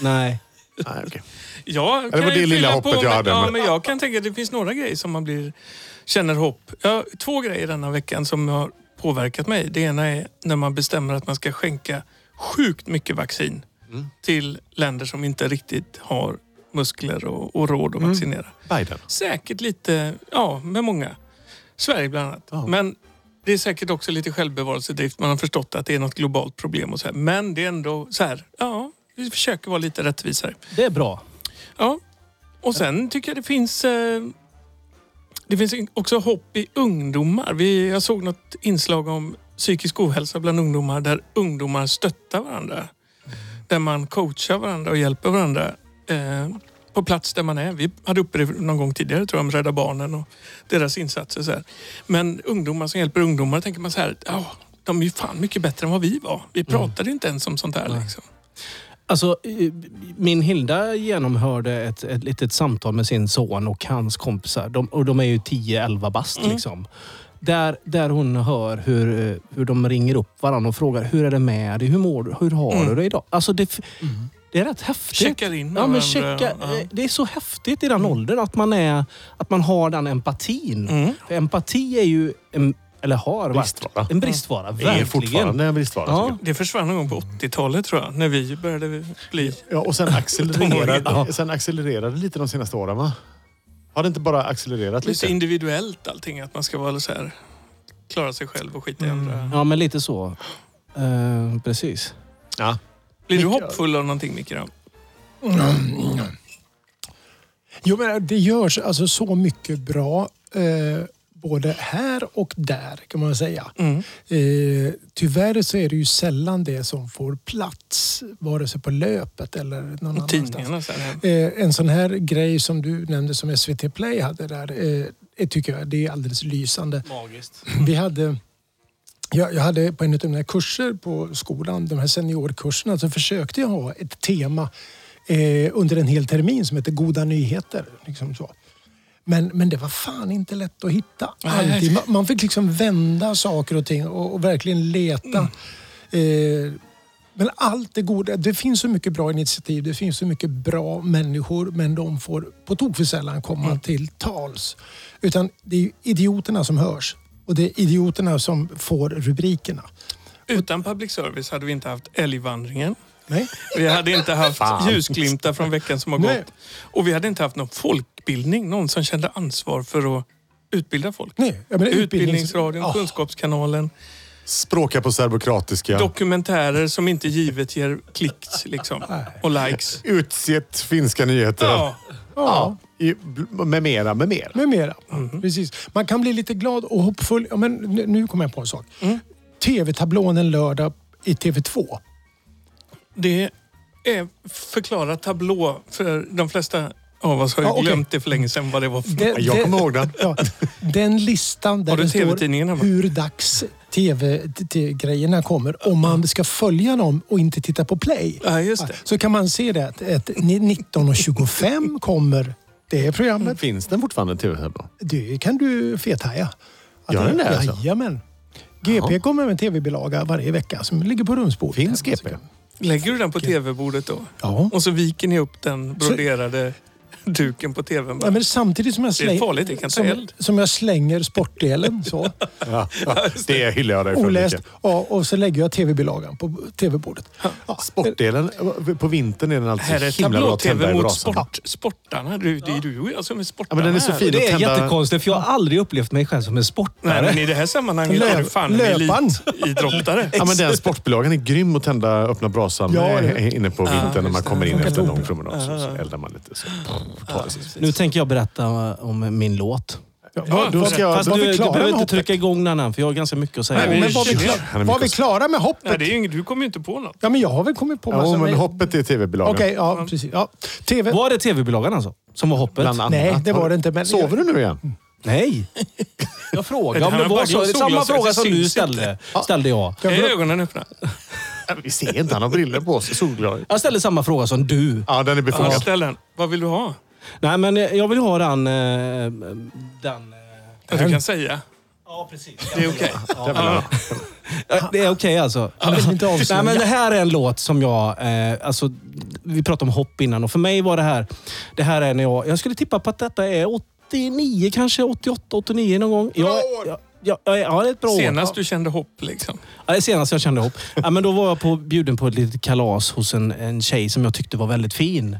S1: Nej.
S2: Nej, okej.
S3: Ja,
S2: det var det lilla hoppet jag hade,
S3: Ja,
S2: men-
S3: men jag kan tänka att det finns några grejer som man blir, känner hopp. Ja, två grejer denna veckan som har påverkat mig. Det ena är när man bestämmer att man ska skänka sjukt mycket vaccin
S2: Mm.
S3: till länder som inte riktigt har muskler och, och råd
S2: Mm.
S3: att vaccinera.
S2: Biden.
S3: Säkert lite, ja, med många. Sverige bland annat. Men det är säkert också lite självbevarelsedrift. Man har förstått att det är något globalt problem och så här. Men det är ändå så här, ja, vi försöker vara lite rättvisare.
S1: Det är bra.
S3: Ja. Och sen tycker jag det finns... Eh, det finns också hopp i ungdomar. Vi, jag såg något inslag om psykisk ohälsa bland ungdomar där ungdomar stöttar varandra. Där man coachar varandra och hjälper varandra eh, på plats där man är. Vi hade uppe det någon gång tidigare tror jag om Rädda Barnen och deras insatser. Så här. Men ungdomar som hjälper ungdomar tänker man så här, ja, de är ju fan mycket bättre än vad vi var. Vi
S1: Mm.
S3: pratade ju inte ens om sånt här. Liksom.
S1: Alltså, eh, min Hilda genomhörde ett, ett litet samtal med sin son och hans kompisar. De, och de är ju 10-11 bast.
S2: Mm.
S1: Liksom. Där, där hon hör hur, eh, hur de ringer upp varandra och frågar hur är det med dig? Hur mår du? Hur
S2: Mm.
S1: har du det idag? Alltså, det, f- det är rätt häftigt.
S3: Checkar in med
S1: ja, men
S3: varandra,
S1: checka,
S3: ja.
S1: eh, Det är så häftigt i den åldern att man, är, att man har den empatin. För empati är ju, en, eller har varit,
S2: Bristvara.
S1: en bristvara.
S2: Det är
S1: Verkligen.
S2: fortfarande en bristvara.
S1: Ja.
S2: tycker jag.
S3: Det försvann någon gång på 80-talet tror jag, när vi började bli...
S2: Ja, och sen accelererade, sen accelererade det lite de senaste åren, va? Har det inte bara accelererat
S3: Lite
S2: lite?
S3: individuellt allting, att man ska vara så här, klara sig själv och skita i
S4: Mm.
S3: andra.
S1: Ja, men lite så. Eh, precis.
S2: Ja.
S3: Blir du hoppfull av någonting Micke? då? Mm.
S4: äh, Jo, men det görs alltså så mycket bra. Eh, både här och där kan man säga. Eh, tyvärr så är det ju sällan det som får plats, vare sig på löpet eller någon annanstans.
S3: Tidningarna sen. ja.
S4: Eh, en sån här grej som du nämnde som SVT Play hade där, eh, det tycker jag det är alldeles lysande.
S1: Magiskt.
S4: Vi hade, jag, jag hade på en av mina kurser på skolan, de här seniorkurserna, så försökte jag ha ett tema eh, under en hel termin som heter Goda nyheter. Liksom så. Men, men det var fan inte lätt att hitta.
S3: Nej.
S4: Alltid. Man, man fick liksom vända saker och ting och, och verkligen leta. Eh, men allt det goda. Det finns så mycket bra initiativ, det finns så mycket bra människor men de får på tok för sällan komma till tals. Utan det är ju idioterna som hörs och det är idioterna som får rubrikerna.
S3: Utan public service hade vi inte haft Älgvandringen.
S4: Nej?
S3: Vi hade inte
S4: [laughs]
S3: haft ljusglimtar från veckan som har
S4: Nej.
S3: gått. Och vi hade inte haft någon folkbildning. Någon som kände ansvar för att utbilda folk.
S4: Nej, jag menar utbildnings- Ah.
S3: Utbildningsradion,
S4: Ja.
S3: Kunskapskanalen.
S2: Språka på serbokratiska.
S3: Dokumentärer som inte givet ger klicks liksom, och likes.
S2: Utsett finska nyheter.
S3: Ja,
S2: Ja, i- bl- Med mera, med mera.
S4: Med mera. Precis. Man kan bli lite glad och hoppfull. Ja, men nu- nu kommer jag på en sak. Tv-tablån en lördag i TV2.
S3: det är förklara tablå för de flesta av oss har ju
S4: Ja, okej.
S3: glömt det för länge sedan vad det var för
S4: Det-
S2: Jag
S4: det-
S2: kommer ihåg den.
S4: Ja, den listan där
S3: Har du
S4: det
S3: TV-tidningen
S4: står
S3: hemma?
S4: hur dags tv-grejerna kommer. Om man ska följa dem och inte titta på play.
S3: [laughs] Ja, just det.
S4: Så kan man se det att ett ni- 19.25 kommer det programmet.
S2: Finns den fortfarande tv-tablån?
S3: Mm.
S4: Det kan du fethaja. Att
S2: Gör den det alltså?
S4: Jajamän. GP kommer med en tv-bilaga varje vecka som ligger på rumsbordet.
S2: Finns
S4: hemma.
S2: GP?
S3: Lägger du den på tv-bordet då?
S4: Ja.
S3: Och så viker ni upp den broderade duken på tvn.
S4: Ja,
S3: Bara.
S4: men samtidigt som jag
S3: Det är
S4: slänger,
S3: farligt, det kan ta
S4: som,
S3: eld.
S4: som jag slänger sportdelen
S2: [laughs]
S4: så.
S2: Ja, det hyllar jag dig för.
S4: Oläst.
S2: Micke.
S4: Ja, och så lägger jag tv-bilagan på tv-bordet. Ja.
S2: Sportdelen, på vintern är den alltid
S3: Här är
S2: så himla bra att tända
S3: tablå-tv
S2: i
S3: mot
S2: brasan.
S3: sport, sportarna. Du, det är du och jag som är
S2: Ja,
S3: sportarna.
S2: men den är så
S3: här.
S2: fin
S1: Det
S2: att
S1: är
S2: tända-
S1: jättekonstigt för jag har aldrig upplevt mig själv som en
S3: Nej,
S1: sportare.
S3: men i det här sammanhanget
S4: Löp-
S3: är du fan en
S4: löparen.
S3: elitidrottare.
S2: [laughs] Ja, men den sportbilagan är grym att tända öppna brasan
S4: Ja,
S2: eh,
S4: det-
S2: inne på vintern när man kommer in
S4: Funkar
S2: efter en
S4: dubbel.
S2: lång promenad. Så, så eldar man lite. Så. tar det sig.
S1: Nu tänker jag berätta om min låt.
S2: Ja, då ska jag...
S1: Fast
S4: var
S1: du,
S4: vi
S1: du
S4: klara
S1: behöver
S4: med
S1: inte
S4: hoppet?
S1: trycka igång den än, för jag har ganska mycket att säga.
S3: Nej,
S4: Men var vi,
S3: Shit.
S4: klara,
S2: är
S4: var vi
S2: mycket-
S4: klara med
S3: Nej,
S4: hoppet?
S3: det är ju inget, du kommer ju inte på något.
S4: Ja, men jag har väl kommit på
S2: Ja,
S4: massa-
S2: men hoppet är tv-bilagan.
S4: Okej, ja, precis. Ja. TV.
S1: Var det tv-bilagan alltså? Som var hoppet?
S2: Bland annat.
S4: Nej, det var det inte. Men
S2: Sover du nu igen?
S1: Nej! Jag frågade om
S3: Det här
S1: det
S3: var
S1: var så.
S3: bara
S1: Det är samma
S3: solglasögon,
S1: fråga som
S3: det syns
S1: du
S3: inte.
S1: ställde, ställde jag.
S4: Jag,
S3: Är
S4: glöm,
S3: ögonen öppna?
S2: Vi ser inte, han har briller på sig. Solglasögon.
S1: Jag ställde samma fråga som du.
S2: Ja, den är
S3: Ja.
S2: befogad.
S3: Ställ den. Vad vill du ha?
S1: Nej, men eh, jag vill ha den... eh, Den... eh,
S3: Ja, Du kan säga.
S1: Ja, precis.
S3: Det är okej.
S2: Den vill jag ha.
S1: Det är okej alltså.
S4: jag vill inte avslöja.
S1: Nej, men det här är en låt som jag... Eh, alltså, vi pratade om hopp innan och för mig var det här... Det här är när jag... Jag skulle tippa på att detta är 89 kanske, 88, 89 någon gång. Jag, jag, jag, jag, ja, det är ett bra år.
S3: Senast du kände hopp liksom.
S1: Ja, det senaste jag kände ihop. Ja, men då var jag på, bjuden på ett litet kalas hos en, en tjej som jag tyckte var väldigt fin.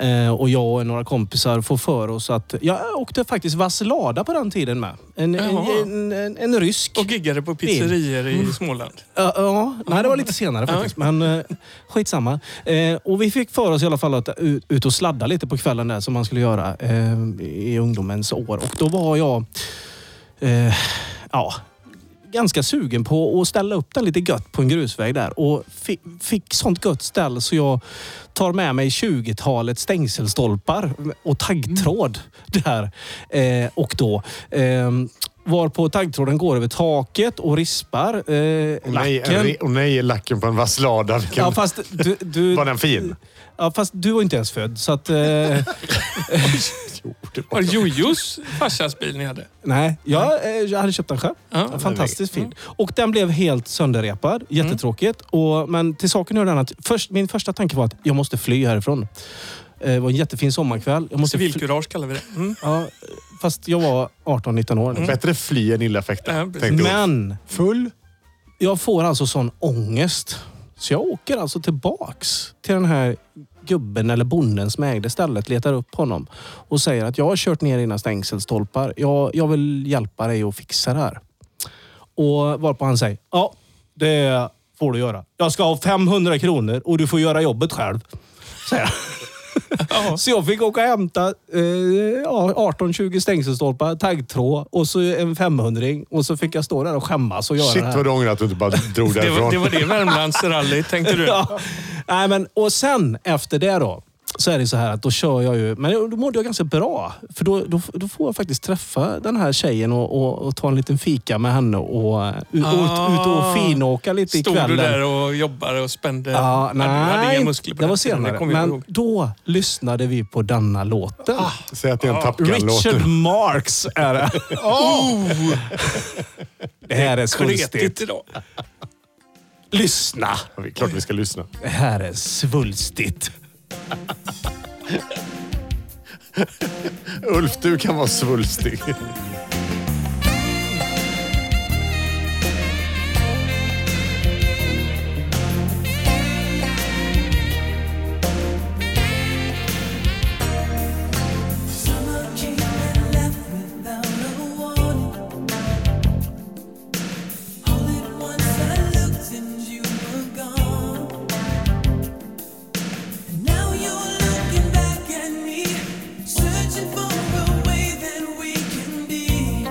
S1: Eh, och jag och några kompisar får för oss att... Jag åkte faktiskt vasselada på den tiden med. En, en,
S3: Jaha.
S1: en, en, en rysk.
S3: Och giggade på pizzerior
S1: [laughs]
S3: i Småland.
S1: Ja, ja. nej det var lite senare faktiskt. Men eh, skitsamma. Eh, och vi fick för oss i alla fall att ut, ut och sladda lite på kvällen där som man skulle göra eh, i ungdomens år. Och då var jag eh, ja, ganska sugen på att ställa upp den lite gött på en grusväg där. Och fi, fick sånt gött ställ så jag tar med mig 20-talet stängselstolpar och taggtråd
S2: Mm.
S1: där. Eh, och då. Eh, Varpå taggtråden går över taket och rispar eh,
S2: Åh nej, en
S1: lacken.
S2: re- åh nej, lacken på en vass lada. Vilken-
S1: Ja, fast du, du,
S2: Var den fin?
S1: ja, fast du var inte ens född. Så att, eh,
S2: [laughs]
S3: Var det Jojos farsas bil ni hade?
S1: nej, jag, eh, jag hade köpt den själv.
S3: Ja.
S1: Fantastiskt fin. Och den blev helt sönderrepad. Jättetråkigt. Och, men till saken hör den att först, min första tanke var att jag måste fly härifrån. Eh, Det var en jättefin sommarkväll. Jag måste fly,
S3: Civilkurage kallar vi det. Mm.
S1: ja, fast jag var 18-19 år.
S2: Bättre fly än illa fäkta.
S3: Ja, precis.
S2: tänkte Ulf.
S1: Men
S4: full.
S1: jag får alltså sån ångest. Så jag åker alltså tillbaks till den här gubben eller bonden som ägde stället, letar upp honom och säger att jag har kört ner dina stängselstolpar. Jag, jag vill hjälpa dig att fixa det här. Och varpå han säger, ja, det
S2: [laughs]
S1: får du göra. Jag ska ha 500 kronor och du får göra jobbet själv. Säger han. Så jag fick åka och hämta eh, ja, 18-20 stängselstolpar, taggtråd och så en 500 Och så fick jag stå där och skämmas och göra
S2: Shit
S1: det här.
S2: vad du ångrar att du inte bara drog
S3: Det var
S2: därifrån.
S3: det, var det Värmlandsrally, tänkte du?
S1: [laughs] Ja. Nej, men, och sen efter det då. Så är det så här att då kör jag ju, men då mådde jag ganska bra. För då, då, då får jag faktiskt träffa den här tjejen och, och, och ta en liten fika med henne och, och ut, ut och finåka lite i
S3: Ah. Stod
S1: kvällen.
S3: du där och jobbade och spände?
S1: Ja,
S3: Hade-
S1: nej,
S3: du hade inga muskler på
S1: det var
S3: den tiden, det
S1: senare.
S3: kommer jag
S1: Men
S3: ihåg. Ah,
S1: då lyssnade vi på denna låten.
S2: Säg att det är en Top Gun-låt.
S1: Richard Marx är [laughs] det. Oh! Det här är svulstigt.
S3: Kletigt idag.
S1: Lyssna!
S2: Ja, det är Klart vi ska lyssna.
S1: Det här är svulstigt.
S2: Ulf, du kan vara svulstig.
S6: Summer came and left without a warning. All at once I looked and you were gone. And now you're looking back at me, searching for a way that we can be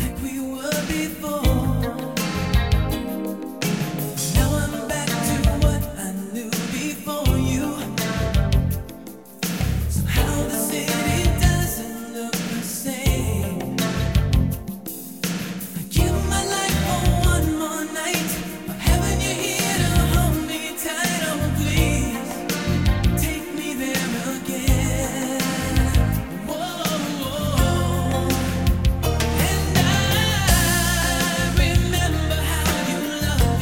S6: like we were before. Now I'm back to what I knew before you. Somehow the city doesn't look the same. I give my life for one more night. But haven't you here to hold me tight? Oh, please take me there again. Whoa, and I remember how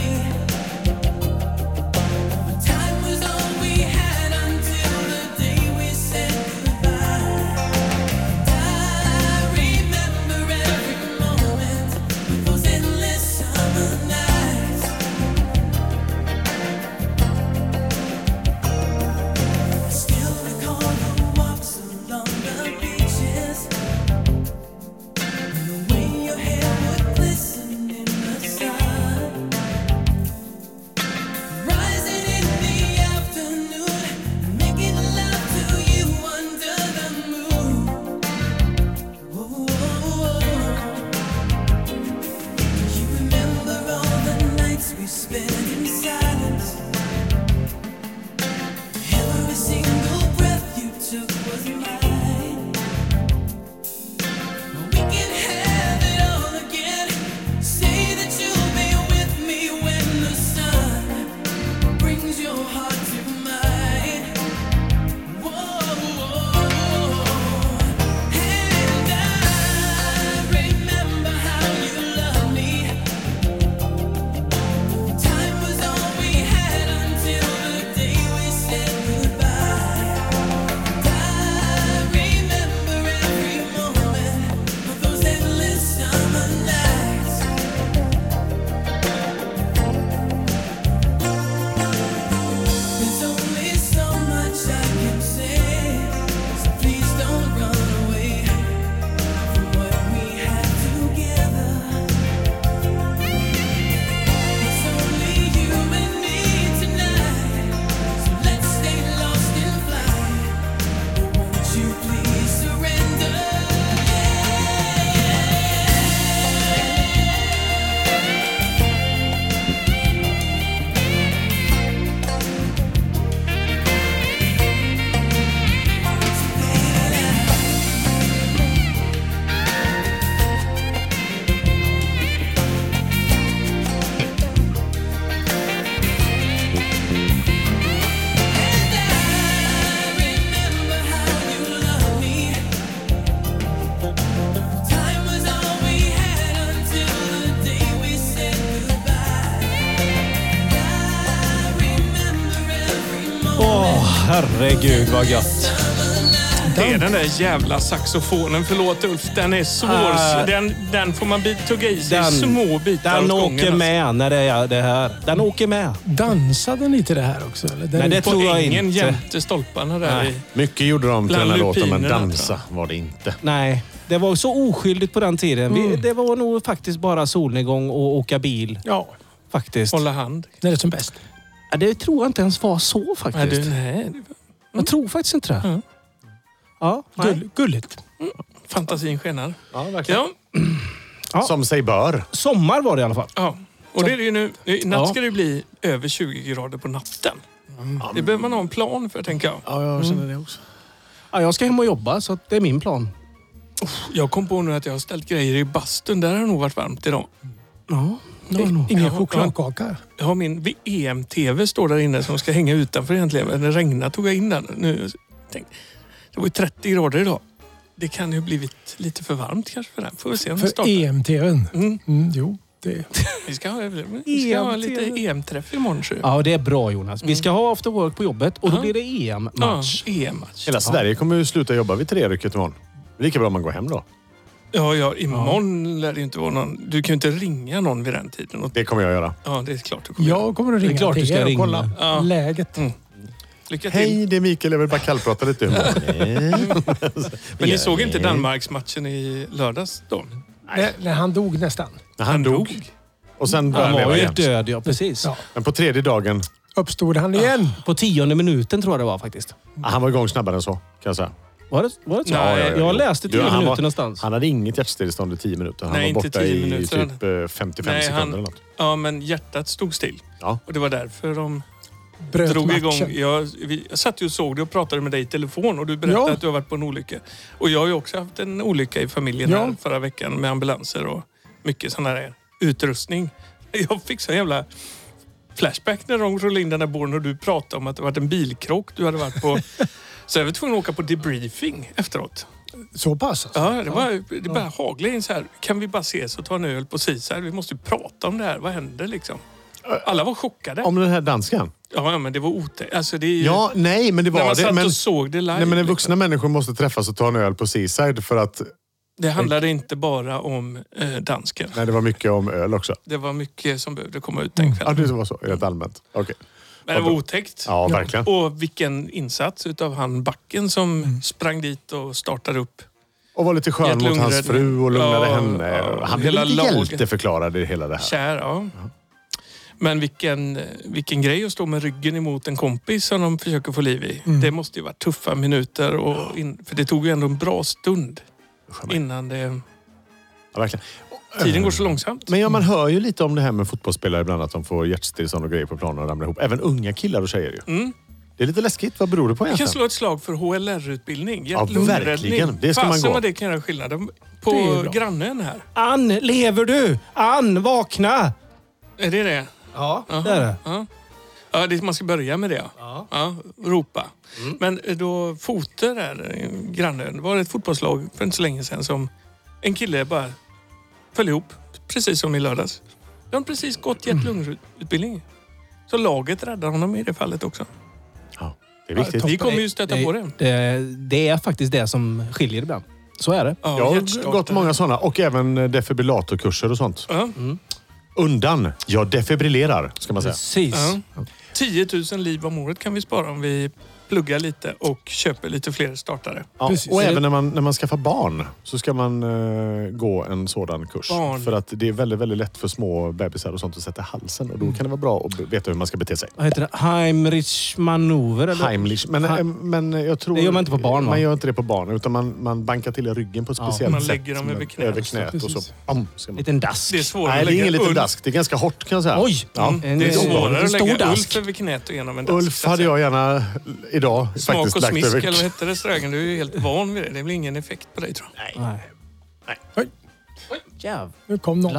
S6: you loved me. Time was all we had until the day we said goodbye. I remember every moment of those endless summer nights. I still recall the walks along the beaches, the way your hair would glisten in the sun. Rising in the afternoon, making love to you under the moon. You remember all the nights we spent in silence. Every single breath you took was mine. We can have it all again. Say that you'll be with me when the sun brings your heart to mine. Whoa, and I remember how you loved me. Time was all we had until the day we said goodbye. I remember every moment of those endless summer nights. There's only so much I can say, so please don't run away from what we had together. It's only you and me tonight, so let's stay lost and fly. Won't you please surrender? Time was all we had until the day we said goodbye. I remember every moment.
S1: Åh, herregud vad gött.
S3: Det är den där jävla saxofonen. Förlåt Ulf, den är svår.
S1: Äh.
S3: den, den får man bit, tugga i sig i små bitar
S1: den
S3: åt
S1: åker
S3: gången, alltså.
S1: med när det är det här. Den åker med.
S4: Dansade ni till det här också? Eller? Där
S1: Nej,
S4: är-
S1: det tror jag
S3: Poängen
S1: inte.
S3: alltså. jämte stolparna där. i.
S2: Mycket gjorde de till den
S3: Bland
S2: här låten, men
S3: lupinerna,
S2: dansa var det inte.
S1: Nej, det var så oskyldigt på den tiden. Vi, Det var nog faktiskt bara solnedgång och åka bil.
S4: Ja,
S1: Faktiskt.
S3: Hålla hand.
S4: när det är som bäst.
S1: Ja, Det tror jag inte ens var så faktiskt.
S3: Nej, du, nej.
S1: Jag tror faktiskt inte det.
S3: Mm.
S1: Ja, nej.
S4: Gull, gulligt.
S3: Fantasin skenar.
S2: Ja, verkligen.
S3: Ja,
S2: Som sig bör.
S1: Sommar var det i alla fall.
S3: ja. Och det är det ju nu. I natt
S1: Ja.
S3: ska det bli över 20 grader på natten. Det behöver man ha en plan för, tänker jag.
S2: Ja, jag känner det också.
S1: Ja, jag ska hem och jobba, så att det är min plan.
S3: Jag kom på nu att jag har ställt grejer i bastun. Där har det nog varit varmt idag.
S1: Ja, det var nog.
S4: Ingen
S3: Ja,
S4: chokladkaka.
S3: Jag har min E EM-TV står där inne som ska hänga utanför egentligen. Men det regnade tog jag in den. Nu, tänk, det var ju 30 grader idag. Det kan ju blivit lite för varmt kanske för den. Får vi se om den
S4: För E
S3: startar.
S4: EM-tvn.
S3: Mm.
S4: Mm, jo, det
S3: Vi ska ha, vi ska ha lite EM-träff imorgon. tror jag.
S1: Ja, det är bra Jonas. Vi ska ha after work på jobbet och då
S3: Ja.
S1: blir det EM-match.
S3: Ja, E EM-match.
S2: Hela Sverige kommer ju sluta jobba vid trerycket imorgon. Lika bra man går hem då.
S3: Ja, ja, imorgon lär det ju inte vara någon. Du kan ju inte ringa någon vid den tiden. Och-
S2: Det kommer jag göra.
S3: Ja, det är klart du kommer göra.
S4: Jag kommer att ringa
S1: klart du
S4: till
S1: ska
S4: er och
S1: ringa.
S4: kolla
S3: Ja.
S4: läget.
S3: Lycka till.
S2: Hej, det är Mikael. Jag vill bara kallprata lite. [laughs]
S3: Men ni såg inte Danmarksmatchen i lördags då?
S4: Nej, nej, han dog nästan.
S2: Han dog. Och sen började
S1: Han
S2: han leva
S1: var ju
S2: igen.
S1: död, ja precis.
S4: Ja.
S2: Men på tredje dagen,
S4: Uppstod han igen?
S1: På tionde minuten tror jag det var faktiskt.
S2: ah, han var igång snabbare än så. Kan jag säga.
S1: Var det, var det så?
S3: Nej, ja, ja,
S1: jag läste tio
S2: Du,
S1: minuter
S2: han var-
S1: någonstans.
S2: Han hade inget hjärtstillestånd i tio minuter. Han
S3: Nej,
S2: var
S3: inte
S2: borta
S3: 10
S2: i
S3: minuter.
S2: typ eh, 55
S3: Nej,
S2: sekunder
S3: han-
S2: eller något.
S3: Ja, men hjärtat stod still.
S2: Ja.
S3: Och det var därför de
S4: Bröt
S3: drog
S4: matchen.
S3: igång. Jag, vi, jag satt ju och såg det och pratade med dig i telefon och du berättade
S4: Ja.
S3: att du har varit på en olycka. Och jag har ju också haft en olycka i familjen
S4: Ja.
S3: här förra veckan med ambulanser och mycket sån här utrustning. Jag fick så jävla flashback när de rullade in den där båren och du pratade om att det var en bilkrock du hade varit på. så jag var tvungen att åka på debriefing efteråt.
S4: Så pass alltså.
S3: Ja, det, var, det bara haglade in så här. Kan vi bara ses och ta en öl på SIS här? Vi måste ju prata om det här. Vad händer liksom? Alla var chockade.
S2: Om den här danskan?
S3: Ja, ja, men det var otäckt. Alltså, det är ju...
S2: Ja, nej, men det
S3: När
S2: var
S3: man
S2: det.
S3: satt
S2: Men,
S3: och såg det live.
S2: nej, men
S3: liksom.
S2: vuxna människor måste träffas och ta en öl på Seaside för att
S3: Det handlade inte bara om eh, dansken.
S2: nej, det var mycket om öl också.
S3: Det var mycket som behövde komma ut den
S2: Mm. Ja,
S3: kvällen.
S2: det var så. Rätt allmänt. Okej.
S3: Men det var otäckt.
S2: Ja, verkligen. Mm.
S3: Och vilken insats utav han backen som sprang dit och startade upp.
S2: Och var lite skön
S3: Gett
S2: mot hans
S3: lungräddning.
S2: fru och lugnade
S3: Ja,
S2: henne.
S3: ja.
S2: Han blev
S3: Hela
S2: lite
S3: lag-
S2: hjälteförklarad i hela det här.
S3: Kär, ja. Men vilken, vilken grej att stå med ryggen emot en kompis som de försöker få liv i.
S2: Mm.
S3: Det måste ju varit tuffa minuter. Och in, för det tog ju ändå en bra stund innan det...
S2: Ja, verkligen.
S3: Tiden går så långsamt.
S2: Eh, Men ja, man hör ju lite om det här med fotbollsspelare ibland, att de får hjärtstillestånd och grejer på planen och ramlar ihop. Även unga killar och tjejer ju.
S3: Mm.
S2: Det är lite läskigt. Vad beror det på
S3: Vi kan
S2: egentligen?
S3: slå ett slag för HLR-utbildning.
S2: Ja, verkligen. Det ska man gå.
S3: vad det kan göra skillnad.
S4: Det
S3: På
S4: är bra.
S3: grannen här.
S1: Ann, lever du? Ann, vakna!
S3: Är det det?
S1: Ja, det är det.
S3: Ja, det, man ska börja med det. Ja. Ja, ropa.
S2: Mm.
S3: Men eh, då Fote där, eh, grannen, var det ett fotbollslag för inte så länge sedan som en kille bara föll ihop, precis som i lördags. De har precis gått
S2: Mm.
S3: hjärt-lungutbildning. Så laget räddade honom i det fallet också.
S2: Ja, det är viktigt.
S3: Vi kommer ju stöta
S1: det,
S3: på det.
S1: det. Det är faktiskt det som skiljer ibland. Så är det.
S3: Ja,
S2: Jag har
S3: hjärtstartare.
S2: gått många sådana och även eh, defibrillatorkurser och sånt.
S3: Ja.
S2: Undan! Jag defibrillerar, ska man säga.
S1: Precis.
S3: Ja.
S2: Mm.
S3: 10 000 liv om året kan vi spara om vi pluggar lite och köper lite fler startare.
S2: Ja,
S4: Precis.
S2: och
S4: Är
S2: även
S4: det-
S2: när man, när man skaffar barn så ska man eh, gå en sådan kurs.
S3: Barn.
S2: För att det är väldigt, väldigt lätt för små bebisar och sånt att sätta i halsen. Och då kan det vara bra att be- veta hur man ska bete sig.
S1: Vad heter det? Heimrich manöver? Eller?
S2: Heimlich. Men,
S1: He-
S2: eh, men jag tror...
S1: Det gör man inte på barn, va?
S2: Man gör inte det på barn. Utan man, man bankar till i ryggen på ett
S1: Ja.
S2: speciellt
S3: Man
S2: sätt.
S3: lägger dem
S2: som
S3: över
S2: en-
S3: knät.
S2: Över knät och så...
S4: Precis.
S2: Om, ska man.
S1: Liten dask.
S3: Det är svårare
S2: Nej,
S3: att
S2: det är
S3: lägga
S2: ingen liten
S3: ulf.
S2: dask. Det är ganska hårt kan jag säga.
S1: Oj!
S2: Ja.
S1: En,
S3: Det är
S1: eh,
S3: svårare att
S1: stor
S3: lägga
S1: dask.
S3: ulf över knät och genom en dask.
S2: Ulf hade jag gärna idag
S3: Smak
S2: faktiskt
S3: och
S2: lagt
S3: smisk,
S2: över
S3: eller vad hette det Strögen? Du är ju helt van vid det. Det blir ingen effekt på dig tror jag.
S1: Nej.
S4: Oj,
S1: Jävlar.
S4: nu kom någon.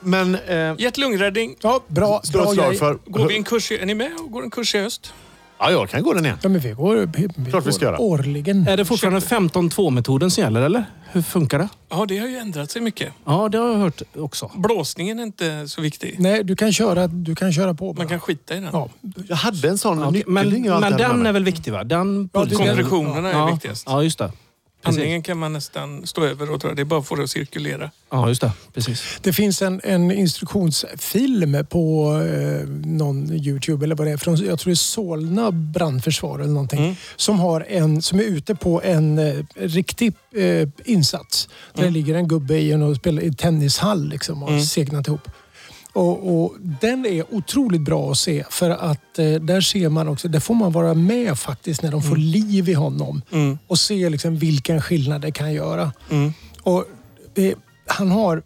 S2: Men eh,
S3: Hjärt-lungräddning.
S4: Ja, bra,
S2: slå
S4: bra
S2: ett slag
S4: grej.
S2: för...
S3: Går vi en kurs i, är ni med och går en kurs i höst?
S2: Ja, jag kan gå den igen.
S4: Ja, men vi går, vi, vi
S2: Klart vi ska
S4: går
S2: göra.
S4: årligen.
S1: Är det fortfarande 15-2-metoden som gäller, eller? Hur funkar det?
S3: Ja, det har ju ändrat sig mycket.
S1: Ja, det har jag hört också.
S3: Blåsningen är inte så viktig.
S4: Nej, du kan köra, du kan köra på.
S3: Man
S4: bara.
S3: kan skita i den.
S4: Ja.
S2: Jag hade en sån
S1: Okej,
S2: nyckelring
S1: Men,
S2: jag alltid
S1: men
S2: hade med
S1: den
S2: mig.
S1: är väl viktig, va? Den
S4: Ja, det är
S1: pulsen.
S4: den-
S3: Kompressionerna är
S1: ja.
S3: viktigast.
S1: ja, just det. Precis.
S3: Andningen kan man nästan stå över och tror jag. Det är bara för att cirkulera.
S1: Ja, just det. Precis.
S4: Det finns en, en instruktionsfilm på eh, någon Youtube eller vad det är. Från, jag tror det är Solna brandförsvar eller någonting.
S3: Mm.
S4: Som, har en, som är ute på en eh, riktig eh,
S3: Mm.
S4: insats. Där ligger en gubbe i en och spelar i tennishall liksom, och segnat ihop. Och, och den är otroligt bra att se för att eh, där ser man också, där får man vara med faktiskt när de får
S3: Mm.
S4: liv i honom. Och se liksom vilken skillnad det kan göra.
S3: Mm.
S4: Och eh, han har...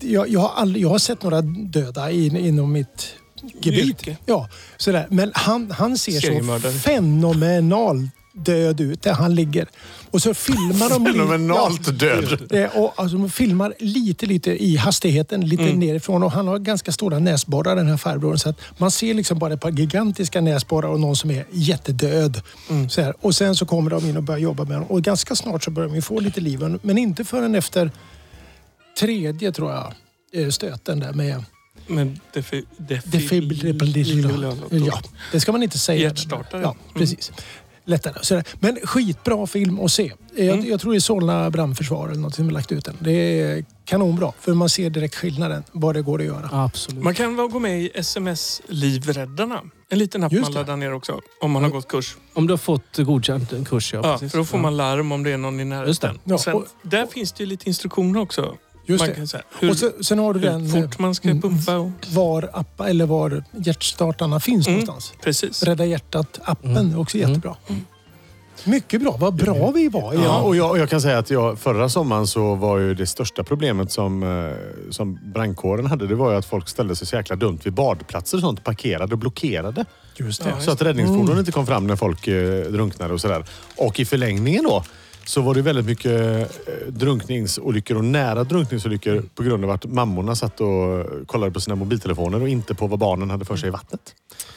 S4: Jag, jag, har aldrig, jag har sett några döda in, inom mitt gebit.
S3: Yrke.
S4: Ja, sådär. Men han, han ser så
S3: Seriemördare.
S4: fenomenal död ut där han ligger. Och så filmar
S3: [laughs]
S4: de... lite-
S2: Fenomenalt död.
S4: Eh, Och alltså, man filmar lite, lite i hastigheten, lite nerifrån. Och han har ganska stora näsborrar den här farbrorn. Så att man ser liksom bara ett par gigantiska näsborrar och någon som är jättedöd. Så här. Och sen så kommer de in och börjar jobba med honom. Och ganska snart så börjar de ju få lite liv. Men inte förrän efter tredje, tror jag, eh, stöten där med
S3: Men defi, defi,
S4: defibrillator. Ja, det ska man inte säga.
S3: Hjärtstartare. Mm.
S4: Ja, precis. Lättare. och Sådär. Men skitbra film att se. Jag,
S3: Mm.
S4: jag tror det är Solna brandförsvar eller något som har lagt ut den. Det är kanonbra. För man ser direkt skillnaden. Vad det går att göra.
S1: Absolut.
S3: Man kan väl gå med i SMS Livräddarna. En liten app
S4: Just
S3: man
S4: det.
S3: laddar ner också. Om man har gått kurs.
S1: Om du har fått godkänt en kurs, ja.
S3: Ja,
S1: precis.
S3: för då får man larm om det är någon i
S1: Just det.
S3: närheten.
S4: Ja,
S3: Sen,
S4: och-
S3: där finns det ju lite instruktioner också.
S4: Just
S3: man
S4: det.
S3: Kan säga, hur,
S4: och sen, sen har du
S3: hur
S4: den
S3: fort
S4: eh,
S3: man ska
S4: mm.
S3: pumpa. Och,
S4: var app, eller var hjärtstartarna finns
S3: Mm.
S4: någonstans.
S3: precis.
S4: Rädda hjärtat-appen är också jättebra.
S3: Mm.
S4: Mycket bra. Vad bra vi var.
S2: Ja,
S4: Ja.
S2: och jag, och jag kan säga att jag, förra sommaren så var ju det största problemet som, eh, som brandkåren hade, det var ju att folk ställde sig så jäkla dumt vid badplatser och sånt. Parkerade och blockerade.
S4: Just det.
S3: Ja,
S2: Så att räddningsfordon inte kom fram när folk eh, drunknade och sådär. Och i förlängningen då så var det väldigt mycket eh, drunkningsolyckor och nära drunkningsolyckor på grund av att mammorna satt och eh, kollade på sina mobiltelefoner och inte på vad barnen hade för sig i vattnet.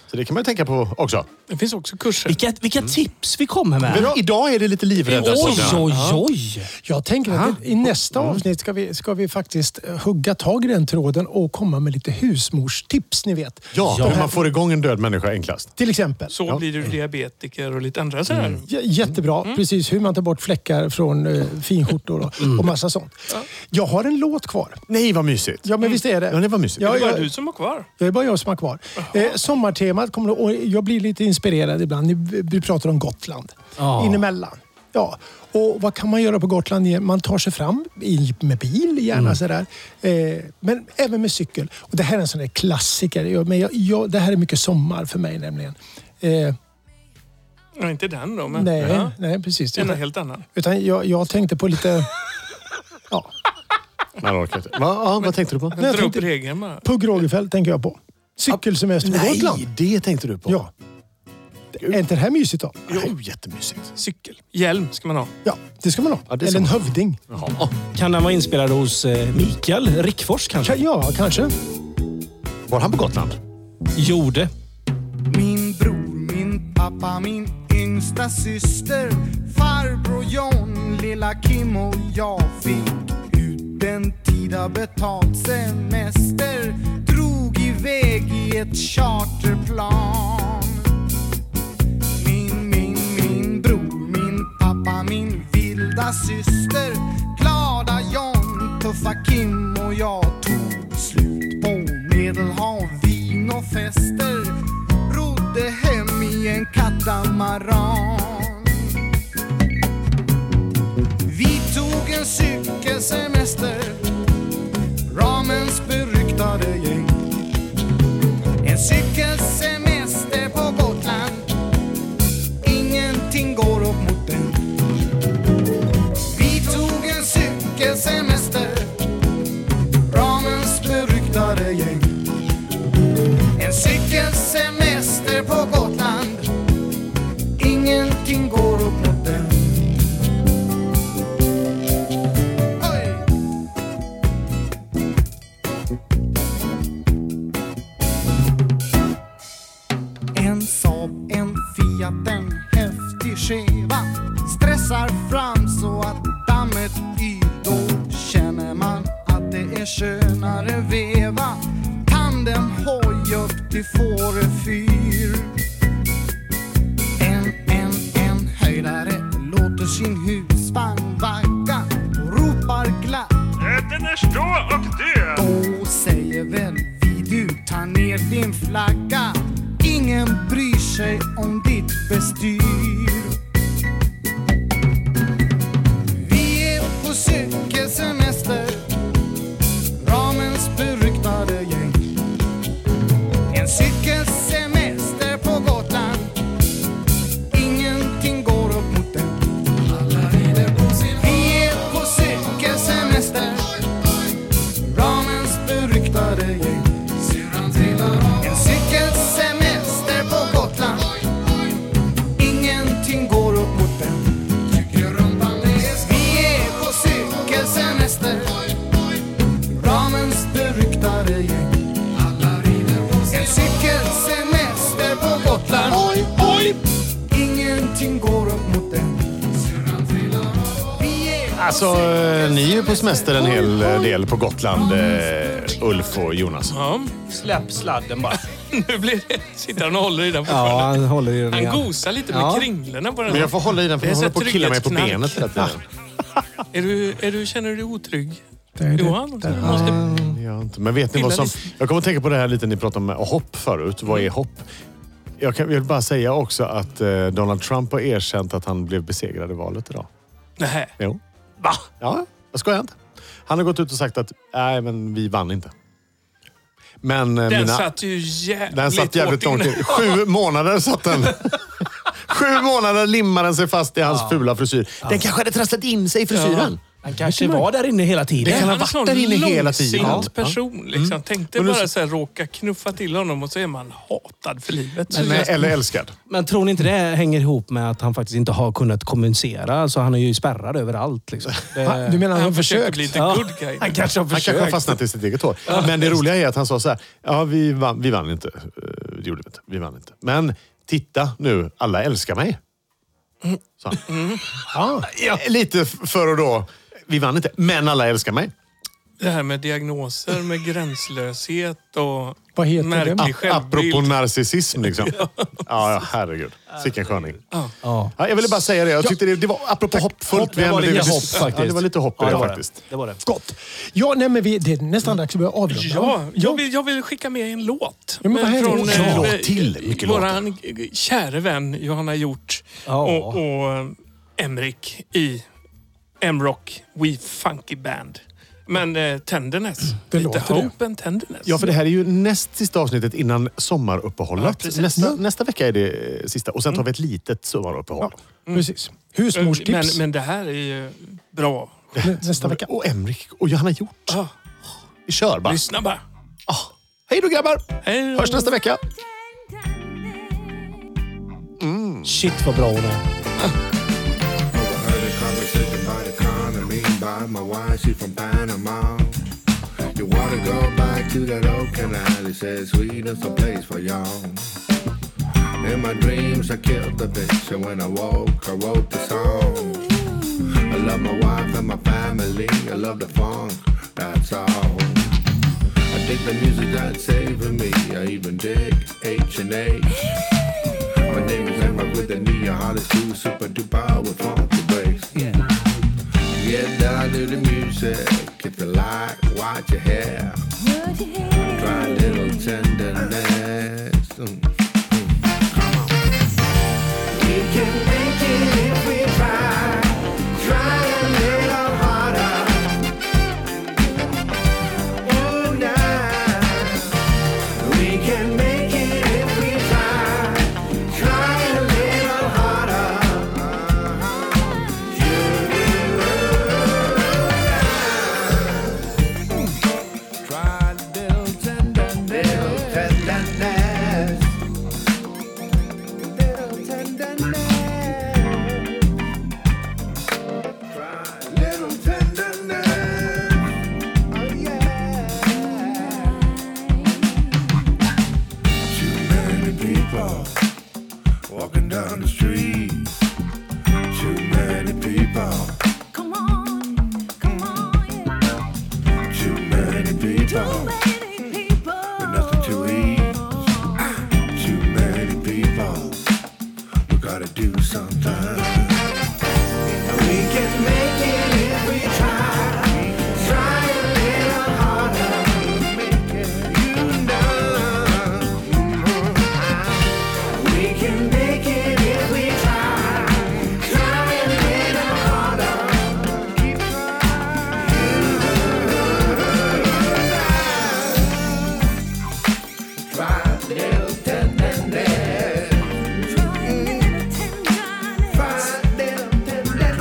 S2: Så det kan man ju tänka på också.
S3: Det finns också kurser.
S1: Vilka, vilka tips vi kommer med!
S2: Men idag är det lite livrädda.
S1: Oj,
S2: sådär.
S1: oj, oj!
S4: Jag tänker att i nästa avsnitt ska vi, ska vi faktiskt eh, hugga tag i den tråden och komma med lite husmorstips, ni vet.
S2: Ja, hur man får igång en död människa enklast.
S4: Till exempel.
S3: Så blir
S4: Mm.
S3: du diabetiker och lite andra sådär.
S4: J- Jättebra, precis hur man tar bort fläckar från eh, finskjortor och,
S2: Mm.
S4: och massa sånt. Jag har en låt kvar.
S2: Nej, vad mysigt.
S4: Ja, men visst är det?
S2: Ja, det var mysigt.
S4: Ja,
S3: Det var
S4: jag-
S3: du som var kvar.
S4: Det är bara jag som har kvar. Eh, sommartemat kommer att- och Jag blir lite inspirerad ibland. Ni- Vi pratar om Gotland.
S1: Ja.
S4: Inemellan. Ja. Och vad kan man göra på Gotland? Man tar sig fram i, med bil, gärna sådär. Eh, men även med cykel. Och det här är en sån där klassiker. Jag, men jag, jag, det här är mycket sommar för mig nämligen. Eh,
S3: Ja, inte den då, men
S4: nej,
S3: ja,
S4: nej, precis.
S3: en
S4: Utan,
S3: helt annan.
S4: utan jag, jag tänkte på lite... Ja.
S2: Man orkar inte. Va, ja, vad tänkte du på?
S4: jag
S3: Dra upp
S4: tänkte-
S3: regeln bara.
S4: Pugh Rogefeldt tänker jag på. Cykelsemester
S2: Ah,
S4: på Gotland.
S2: det tänkte du på.
S4: Ja. Är inte det här mysigt då?
S2: Jo, jättemysigt.
S3: Cykel. Hjälm ska man ha.
S4: Ja, det ska man ha.
S2: Ja, det ska
S4: Eller en
S2: man ha.
S4: hövding.
S1: Kan den vara inspelad hos eh, Mikael Rickfors
S4: Ka-
S1: kanske?
S4: Ja, kanske.
S2: Var han på Gotland?
S1: Gjorde.
S7: Min bror, min pappa, min yngsta syster Farbror John, lilla Kim och jag fick ut en tida betalt semester Drog iväg i ett charterplan min, min, min bror, min pappa, min vilda syster Glada John, tuffa Kim och jag tog slut på medelhav, vin och fester Rodde hem i en katamaran vi tog en cykelsemester Ramens beryktade gäng En cykelsemester på Gotland Ingenting går upp mot den Vi tog en cykelsemester Ramens beryktade gäng En cykelsemester på Gotland Ingenting går upp mot den Oj! En Saab, en Fiat, en häftig skeva Stressar fram så att dammet yr Då känner man att det är skönare veva Tandemhoj upp till Fårö fyr en, en, en höjdare låter sin husvagn vagga och ropar glatt. Den är stå och dö. Då säger väl vi du, ta ner din flagga. Ingen bryr sig om ditt bestyr. Vi är på cykelsemester, ramens beryktade
S2: Alltså, eh, ni är ju på semester en hel eh, del på Gotland, eh, Ulf och Jonas.
S3: Ja,
S1: Släpp sladden bara.
S3: [laughs] nu blir det... Sitter han och håller i den
S1: Ja,
S3: fortfarande?
S1: han håller i den
S3: han
S1: igen.
S3: gosar lite med
S1: Ja.
S3: kringlorna på den.
S2: Men jag får hålla i den för
S3: Det är
S2: hon
S3: så
S2: håller på att killa mig på
S3: trygghetsknark.
S2: benet hela tiden.
S3: Är du, är du, känner du dig otrygg?
S4: Det är det.
S3: Johan? Du måste...
S2: Jag har inte. Men vet ni vad som... Jag kommer att tänka på det här lite, ni pratade om eh, hopp förut. Vad är hopp? Jag kan, jag vill bara säga också att eh, Donald Trump har erkänt att han blev besegrad i valet idag.
S3: Nej.
S2: Jo. Va? Ja, jag skojar inte. Han har gått ut och sagt att nej, men vi vann inte. Men eh,
S3: Den
S2: mina...
S3: satt ju jävligt
S2: Den satt jävligt
S3: hårt
S2: långt
S3: inne.
S2: in.
S3: [laughs]
S2: Sju månader satt den. Sju månader limmade den sig fast i hans fula frisyr. Den kanske hade trasslat in sig i frisyren.
S1: Han kanske var där inne hela tiden.
S2: Det kan ha
S3: Han är en sån
S2: varit där inne hela tiden.
S3: långsint
S2: Ja.
S3: person. Liksom. Tänkte
S2: Men nu-
S3: bara så här, råka knuffa till honom och så är man hatad för livet.
S2: Men, eh, eller älskad.
S1: Men tror ni inte det hänger ihop med att han faktiskt inte har kunnat kommunicera? Alltså, han är ju spärrad överallt. [laughs] Liksom. Det...
S4: Du menar han har
S3: han försöker
S4: försökt?
S3: bli lite
S1: Ja.
S3: good guy.
S1: Han kanske har
S2: Han kanske har
S1: försökt.
S2: fastnat i sitt eget hår. Men det roliga är att han sa så här. Ja, vi vann, vi vann inte. Eh, Det gjorde vi inte. Vi vann inte. Men titta nu, alla älskar mig. Så.
S1: Mm.
S2: Ja, lite f- för och då. Vi vann inte, men alla älskar mig.
S3: Det här med diagnoser, med gränslöshet och
S4: Vad heter det?
S3: märklig
S4: Ap-
S3: självbild.
S2: Apropå narcissism liksom.
S1: [laughs]
S2: Ja, ja herregud. Vilken sköning.
S1: Ja.
S2: Ja, jag ville bara säga det. Jag tyckte det, det var apropå hoppfullt. vi
S1: Det var
S2: ändå
S1: lite
S2: blev-
S1: hopp faktiskt.
S2: Ja, det var lite hopp i
S1: Ja,
S2: det
S1: var
S2: faktiskt.
S1: Det var det.
S4: Gott. Ja, nej, men vi, det är nästan dags att börja avrunda.
S3: Ja, jag
S4: Ja.
S3: vill, jag vill skicka med en låt.
S4: Ja, men vad
S3: Eh,
S4: härligt.
S3: Från
S4: Ja,
S3: eh,
S2: låt till, mycket låt.
S3: våran eh, käre vän Johanna Hjort
S1: Ja.
S3: och, och eh, Emrik i M-Rock We Funky Band. Men eh, Tenderness.
S4: Mm, Det
S3: Lite
S4: låter det.
S3: Hope and Tenderness.
S2: Ja, för det här är ju näst sista avsnittet innan sommaruppehållet.
S3: precis. Mm.
S2: nästa, nästa vecka är det eh, sista och sen tar vi ett litet sommaruppehåll.
S4: Precis. Husmorstips
S3: Men, men det här är ju bra.
S4: nä- nästa vecka.
S2: Och Emrik och Johanna Hjort.
S3: Ja.
S2: Vi kör bara.
S3: Lyssna bara.
S2: Hej då grabbar!
S3: Hej då.
S2: Hörs nästa vecka.
S1: Shit vad bra hon är.
S8: Heard a conversation about economy by my wife, she from Panama. You wanna go back to that old canal? It says Sweden's a place for y'all. In my dreams, I killed the bitch, and when I woke, I wrote the song. I love my wife and my family. I love the funk, that's all. I dig the music that's saving me. I even dig H and H. My name is Emma with a neon hollis too super duper with funky bass. Yeah. Get down to the music, get the light, watch your hair. Try a little tenderness. Mm. We can make it if we try. Try a little harder. Oh, nah. We can make it if we try. Try a little harder. Try a little tenderness. Little tenderness. Little tenderness. Try a little tenderness. Oh yeah. Too many people walking down the street. Too many people.
S5: Come on, come on, yeah.
S8: Too many people. With nothing to eat. [sighs] Too many people. We gotta do something. We can make it if we try. Try a little harder. You know. We can make it if we try. Try a little harder. Keep trying. Try a little tenderness. Try a little tenderness.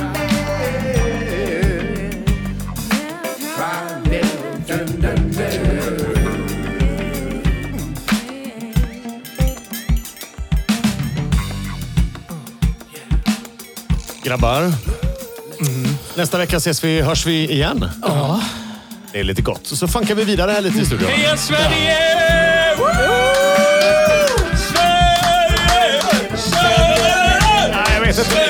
S8: Try a little tenderness.
S2: Grabbar.
S3: Mm.
S2: Nästa vecka ses vi, hörs vi igen. Ja. Det är lite gott. Så funkar vi vidare här lite i studion.
S3: Heja Sverige! Woo! Sverige! Sverige!
S2: Nej, jag vet inte.